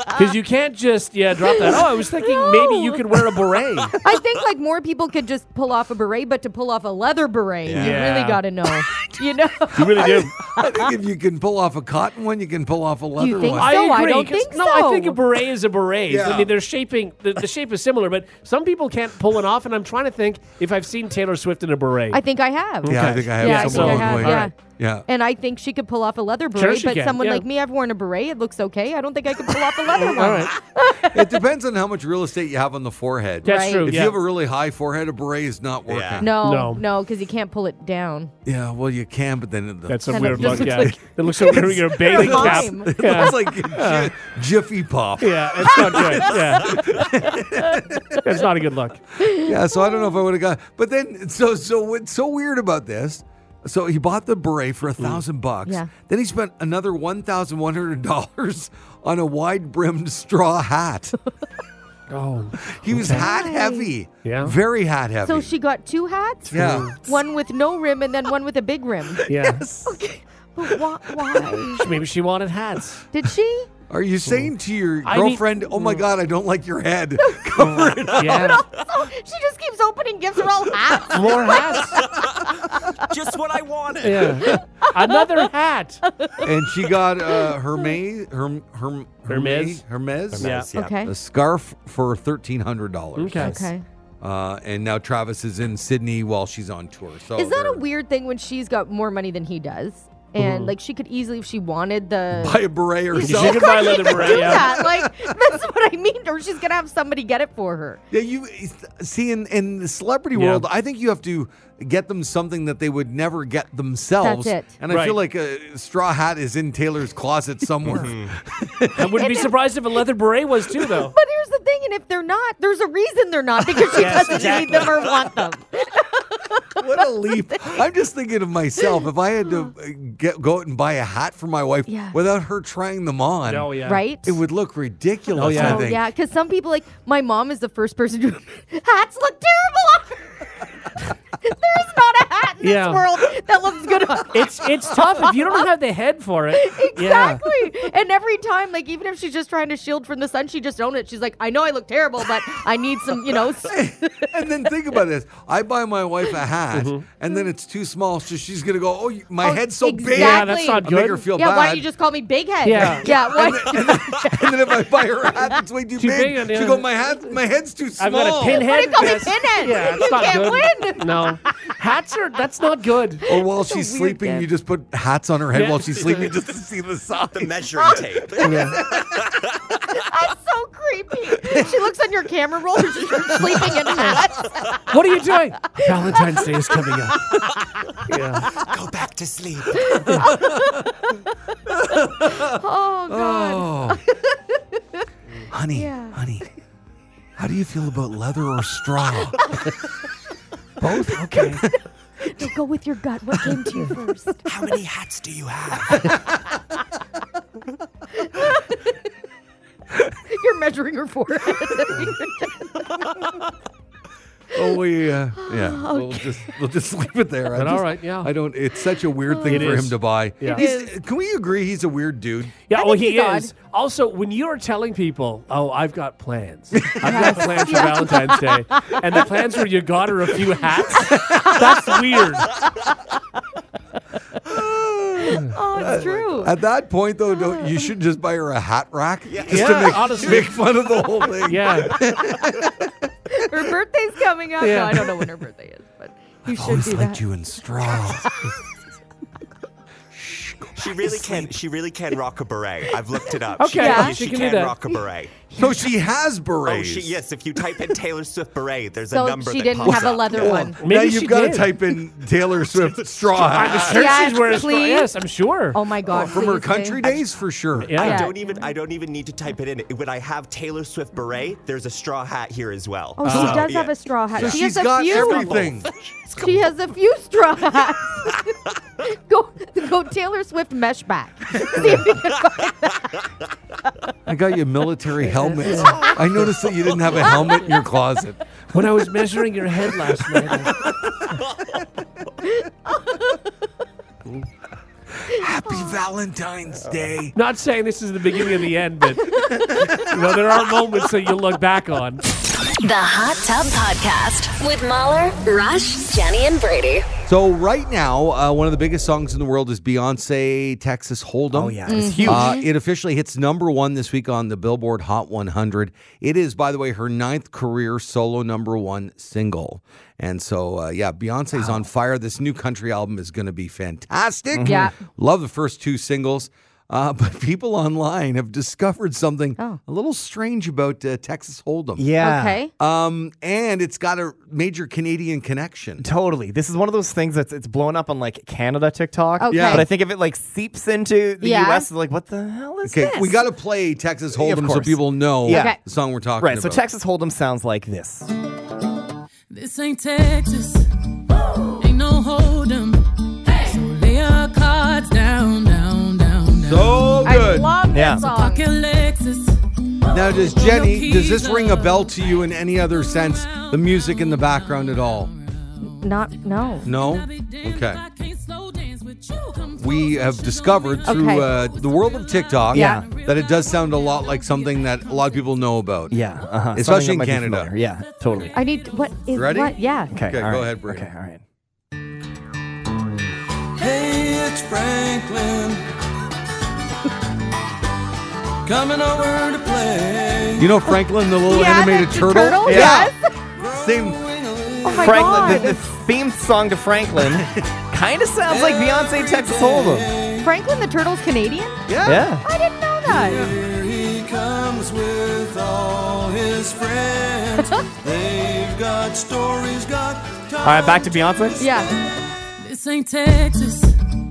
S4: because you can't just yeah drop that. Oh, I was thinking maybe you could wear a beret.
S3: I think like more people could just pull off a beret, but to pull off a leather beret, you
S4: Yeah.
S3: really got to know. you know.
S4: You really do.
S2: I think if you can pull off a cotton one, you can pull off a leather
S3: You think
S2: one.
S3: so? I don't
S4: 'cause-
S3: think
S4: No, I think
S3: so.
S4: a beret is a beret.
S2: Yeah.
S4: I mean, they're shaping the, the shape is similar, but some people can't pull it off. And I'm trying to think if I've seen Taylor Swift in a beret.
S3: I think I have.
S2: Yeah, I think I have
S3: Yeah, I
S2: someone
S3: think I
S2: along the
S3: have,
S2: way.
S3: yeah.
S2: Yeah.
S3: And I think she could pull off a leather beret,
S4: she
S3: but
S4: can,
S3: someone
S4: yeah.
S3: like me, I've worn a beret. It looks okay. I don't think I could pull off a leather one.
S4: All right,
S2: It depends on how much real estate you have on the forehead.
S4: that's
S3: Right.
S4: true.
S2: If
S4: yeah.
S2: you have a really high forehead, a beret is not working.
S7: Yeah.
S4: No.
S3: No, no, because you can't pull it down.
S2: Yeah, well, you can, but then it,
S4: that's a
S3: Kind
S4: weird
S3: of
S4: look.
S3: just
S4: Yeah,
S3: looks
S4: it looks like you're wearing a bathing cap.
S3: mime.
S2: it looks like a ji- Jiffy Pop. Yeah.
S4: Yeah, it's not good. Yeah, that's not a good look.
S2: so I don't know if I would have got. But then, so so what's so weird about this? So he bought the beret for a thousand bucks.
S3: Mm. Yeah.
S2: Then he spent another one thousand one hundred dollars on a wide brimmed straw hat.
S4: Oh,
S2: He was hat heavy.
S4: Yeah.
S2: Very hat heavy.
S3: So she got two hats?
S2: Yeah.
S3: One with no rim and then one with a big rim.
S4: yeah.
S3: But why? why?
S4: Maybe she wanted hats.
S3: Did she?
S2: Are you saying to your
S4: I need-
S2: girlfriend, "Oh my God, I don't like your head"?
S4: Yeah,
S3: So she just keeps opening gifts are all hats.
S4: more hats.
S7: Just what I wanted.
S4: Yeah, another hat.
S2: and she got uh, Hermes, Herm, Herm,
S4: Hermes.
S2: Hermes,
S4: Yeah.
S7: Nice, yeah.
S3: Okay.
S2: a scarf for thirteen hundred dollars.
S4: Okay.
S3: Okay.
S2: Uh, and now Travis is in Sydney while she's on tour. So
S3: Is that a
S2: they're-
S3: weird thing when she's got more money than he does? And like she could easily, if she wanted the.
S2: buy a beret or
S4: She
S2: something?
S4: could buy a leather beret.
S3: Do
S4: Yeah.
S3: that. Like, that's what I mean. Or she's going to have somebody get it for her.
S2: Yeah, you see in in the celebrity
S4: Yeah.
S2: world, I think you have to get them something that they would never get themselves.
S3: That's it.
S2: And I
S4: Right.
S2: feel like a straw hat is in Taylor's closet somewhere.
S4: Mm-hmm. I wouldn't be surprised if a leather beret was too, though.
S3: But here's the thing, and if they're not, there's a reason they're not because she
S4: Yes,
S3: doesn't need them or want them.
S2: what a leap! I'm just thinking of myself if I had to uh, get go out and buy a hat for my wife
S3: Yeah.
S2: without her trying them on.
S4: Oh yeah.
S3: Right?
S2: It would look ridiculous.
S4: Oh, yeah.
S2: I
S3: Oh,
S2: think.
S3: yeah, because some people like my mom is the first person to hats look terrible. on her." there is not a hat in
S4: Yeah.
S3: this world that looks good on. her.
S4: It's it's tough if you don't have the head for it. Yeah.
S3: Exactly. And every time, like even if she's just trying to shield from the sun, she just owned it. She's like, I know I look terrible, but I need some, you know. s-
S2: And then think about this: I buy my wife a hat, and then it's too small, so she's gonna go, "Oh, you- my
S3: Oh,
S2: head's so big."
S4: Yeah,
S3: exactly.
S4: that's not
S2: I make her
S4: good.
S2: feel
S3: yeah,
S2: bad.
S3: why don't you just call me Big Head?
S4: Yeah.
S3: yeah. Why?
S2: and then if I buy her a hat that's way too,
S4: Too
S2: big,
S4: big, and
S2: she
S4: then-
S2: go, my hat, my head's too small.
S4: I've got a pinhead.
S3: Why do you call me
S4: That's-
S3: pinhead?
S4: Yeah, that's
S3: You
S4: not
S3: can't
S4: good. No, hats are that's not good.
S2: Or while she's sleeping, you just put hats on her head
S4: Yeah.
S2: while she's sleeping just to see the size.
S7: The measuring tape.
S3: That's so creepy. She looks on your camera roll and she's sleeping in hats.
S4: What are you doing? Valentine's Day is coming up. Yeah.
S7: go back to sleep.
S3: Oh god.
S2: Oh. honey, honey, how do you feel about leather or straw? Both? Okay.
S3: No, go with your gut. What came to you first?
S7: How many hats do you have?
S3: You're measuring her forehead.
S2: Well, we, uh, yeah, we'll just we'll just leave it there. I
S4: But all
S2: just-
S4: right, yeah.
S2: I don't. It's such a weird thing
S4: It
S2: for
S4: is.
S2: him to buy.
S4: Yeah. It
S2: He's- Can we agree he's a weird dude?
S4: Yeah, well,
S3: think
S4: he
S3: he's odd.
S4: is. Also, when you're telling people, "Oh, I've got plans. I've got plans for Valentine's Day," and the plans were you got her a few hats, that's weird.
S3: oh, it's true.
S2: At that point, though, don't, you should just buy her a hat rack just
S4: Yeah,
S2: to make,
S4: honestly.
S2: make fun of the whole thing.
S4: Yeah,
S3: Her birthday's coming up.
S4: Yeah.
S3: No, I don't know when her birthday is, but you should
S2: Always
S3: do
S2: liked
S3: that.
S2: you in straw.
S7: She really can. She really can rock a beret. I've looked it up. she,
S4: Okay,
S7: can-
S4: she
S7: she
S4: can
S7: can,
S4: do that.
S7: rock a beret.
S2: so she has berets.
S7: Oh, she, yes. If you type in Taylor Swift beret, there's a
S3: So
S7: number.
S3: she
S7: that
S3: didn't
S7: pops
S3: have a
S7: up.
S2: Oh.
S3: leather one.
S4: maybe
S2: now
S4: she
S2: you've got to
S4: did.
S2: type in Taylor Swift straw hat.
S4: Sure
S3: Yes,
S4: she's wearing a straw-
S3: please.
S4: Yes, I'm sure.
S3: Oh my God.
S2: From her
S3: please, Jay.
S2: country days, for sure.
S4: yeah.
S7: I
S3: Yeah.
S7: don't even. I don't even need to type it in. When I have Taylor Swift beret, there's a straw hat here as well.
S3: Oh, she does have a straw hat.
S2: So
S3: she
S2: she's
S3: has a
S2: got
S3: few.
S2: everything.
S3: She has a few straw hats. go, go Taylor Swift mesh back.
S2: I got you military helmets. I noticed that you didn't have a helmet in your closet.
S4: When I was measuring your head last night, I-
S2: Happy Valentine's Day.
S4: not saying this is the beginning of the end, but you know, there are moments that you look back on.
S1: The Hot Tub Podcast with Mahler, Rush, Jenny, and Brady.
S2: So right now, uh, one of the biggest songs in the world is Beyonce Texas Hold'em.
S5: Oh, yeah. It's Mhm. huge.
S2: Uh, it officially hits number one this week on the Billboard Hot 100. It is, by the way, her ninth career solo number one single. And so, uh, yeah, Beyonce's on fire. This new country album is going to be fantastic.
S3: Yeah.
S2: love the first two singles. Uh, but people online have discovered something a little strange about uh, Texas Hold'em.
S5: Yeah.
S3: Okay.
S2: Um, and it's got a major Canadian connection.
S5: Totally. This is one of those things that's it's blown up on like Canada TikTok.
S3: Okay. Yeah.
S5: But I think if it like seeps into the
S3: Yeah.
S5: US, like what the hell is
S2: Okay,
S5: this?
S2: we got to play Texas
S5: Yeah, of
S2: Hold'em so
S5: course.
S2: people know
S5: Yeah. Okay.
S2: the song we're talking
S5: right.
S2: about.
S5: So Texas Hold'em sounds like this.
S8: This ain't Texas. Ain't no hold'em. So lay your cards down, down, down, down.
S2: So
S3: I
S2: good.
S3: love that
S5: Yeah.
S3: song.
S8: Pocket Lexus.
S2: now, does Jenny, does this ring a bell to you in any other sense? The music in the background at all?
S3: Not no.
S2: No?
S8: I'll be damned if
S2: Okay.
S8: I can't slow dance with you. Come
S2: We
S8: closer,
S2: have
S8: you don't
S2: discovered
S8: realize
S2: through
S3: Okay.
S2: uh, the world of TikTok
S5: Yeah.
S2: that it does sound a lot like something that a lot of people know about.
S5: Yeah. Uh-huh. Something
S2: Especially
S5: that
S2: in
S5: might be
S2: Canada.
S5: familiar. Yeah. Totally.
S3: I need what is
S2: Ready?
S3: what? Yeah.
S5: Okay.
S2: Okay,
S5: all
S2: go
S5: right.
S2: ahead, Brady.
S5: Okay. All right.
S9: Hey, it's Franklin. Coming over to play.
S2: You know Franklin, the little
S3: Yeah,
S2: animated
S3: the- the
S2: turtle?
S3: turtle,
S2: Yeah.
S9: Same.
S2: Same.
S3: Oh my
S5: Franklin, the, the
S3: god.
S5: theme song to Franklin kind of sounds like Beyonce Texas Hold'em.
S3: Franklin the turtle's Canadian?
S5: Yeah.
S3: I didn't know that.
S9: Here he comes with all his friends. They've got stories, got
S5: All right, back to Beyonce.
S3: Yeah.
S8: This ain't Texas.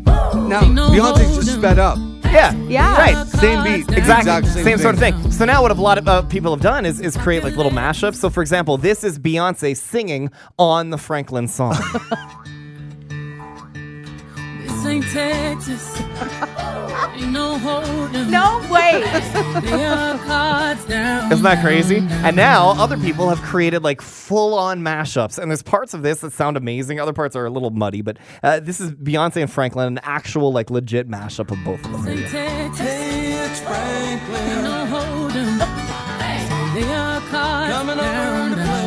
S2: Now,
S8: no
S2: Beyonce's just
S8: hold'em.
S2: sped up.
S5: Yeah.
S3: Yeah.
S5: Right.
S2: Same beat.
S5: Exactly.
S2: Exact
S5: same sort of thing. So now what a lot of uh, people have done is, is create like little mashups. So for example, this is Beyonce singing on the Franklin song.
S8: This ain't Texas. ain't no hold'em.
S3: No way.
S8: Lay your cards down.
S5: Isn't that crazy? And now other people have created like full on mashups. And there's parts of this that sound amazing. Other parts are a little muddy, but uh, this is Beyonce and Franklin, an actual like legit mashup of both of them.
S8: This ain't Texas.
S9: Hey, it's Franklin.
S8: No hold 'em. Hey, lay your cards
S9: Coming
S8: down,
S9: over to
S8: down,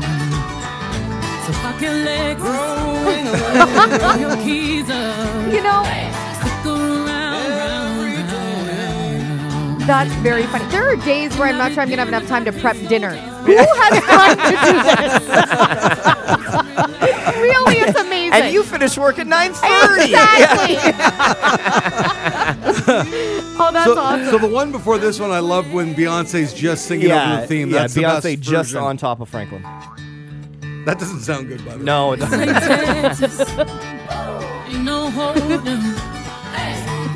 S9: play.
S8: So fuck your legs,
S9: Rolling away
S8: throw your keys up.
S3: You know,
S8: Stick around, round,
S9: every
S8: round.
S9: day.
S3: that's very funny. There are days where I'm not sure I'm gonna have enough time to prep dinner. Who has time to do this? really, it's amazing.
S5: And you finish work at 9.30.
S3: exactly. oh, that's
S2: So,
S3: awesome.
S2: so the one before this one, I love when Beyonce's just singing over the theme.
S5: yeah,
S2: That's the
S5: Beyonce
S2: best
S5: just
S2: version.
S5: on top of Franklin.
S2: That doesn't sound good, by the way.
S5: No, it doesn't.
S8: Texas. Ain't no holding.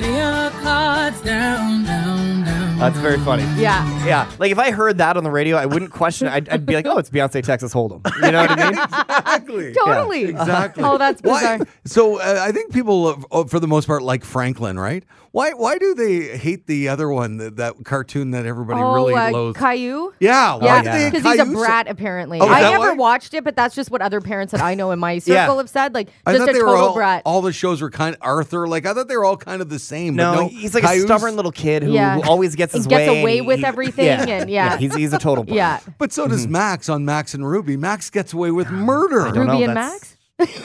S8: Lay your cards down, down, down.
S5: That's very funny.
S3: Yeah.
S5: Yeah, like if I heard that on the radio, I wouldn't question it. I'd, I'd be like, oh, it's Beyonce, Texas Hold'em. You know what I mean?
S2: Exactly.
S3: Totally.
S2: Exactly.
S3: Oh, that's
S2: Why-
S3: bizarre.
S2: So uh, I think people, uh, oh, for the most part, like Franklin, right? Why? Why do they hate the other one, that, that cartoon that everybody
S3: oh,
S2: really
S3: uh,
S2: loathes?
S3: Caillou.
S2: yeah. Why do
S3: Yeah,
S2: they
S3: because he's a
S2: Caillou so-
S3: brat. Apparently,
S2: Oh, is
S3: I
S2: that
S3: never
S2: why?
S3: watched it, but that's just what other parents that I know in my circle
S5: Yeah.
S3: have said. Like,
S2: I
S3: just
S2: thought
S3: a
S2: they were
S3: total
S2: all,
S3: brat.
S2: all the shows were kind of Arthur. Like I thought they were all kind of the same.
S5: No,
S2: but no
S5: he's like
S2: Caillou's-
S5: a stubborn little kid who,
S3: Yeah.
S5: who always gets
S3: He
S5: his
S3: gets
S5: way. and
S3: away with
S5: he-
S3: everything and- yeah.
S5: he's, he's a total brat.
S3: yeah,
S2: But so does Max on Max and Ruby. Max gets away with murder.
S5: Mm-hmm. don't
S3: Ruby
S5: know,
S3: and
S5: that's-
S3: Max.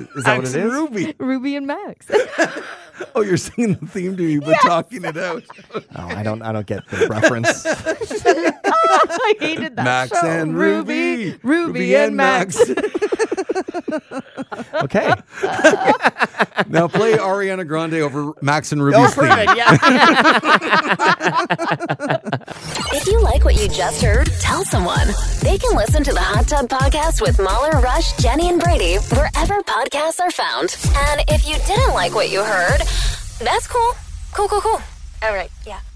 S5: Is that what
S2: Max
S5: it
S2: and
S5: is?
S2: Ruby.
S3: Ruby and Max.
S2: Oh, you're singing the theme to me, but talking it out.
S5: Oh, I don't I don't get the reference.
S3: I hated that.
S2: Max
S3: show.
S2: and Ruby.
S3: Ruby, and Max.
S5: okay.
S2: now play Ariana Grande over Max and Ruby's theme.
S5: Yeah.
S1: If you like what you just heard, tell someone. They can listen to the Hot Tub Podcast with Mahler, Rush, Jenny, and Brady wherever podcasts are found. And if you didn't like what you heard, that's cool. Cool, cool, cool. All right, yeah.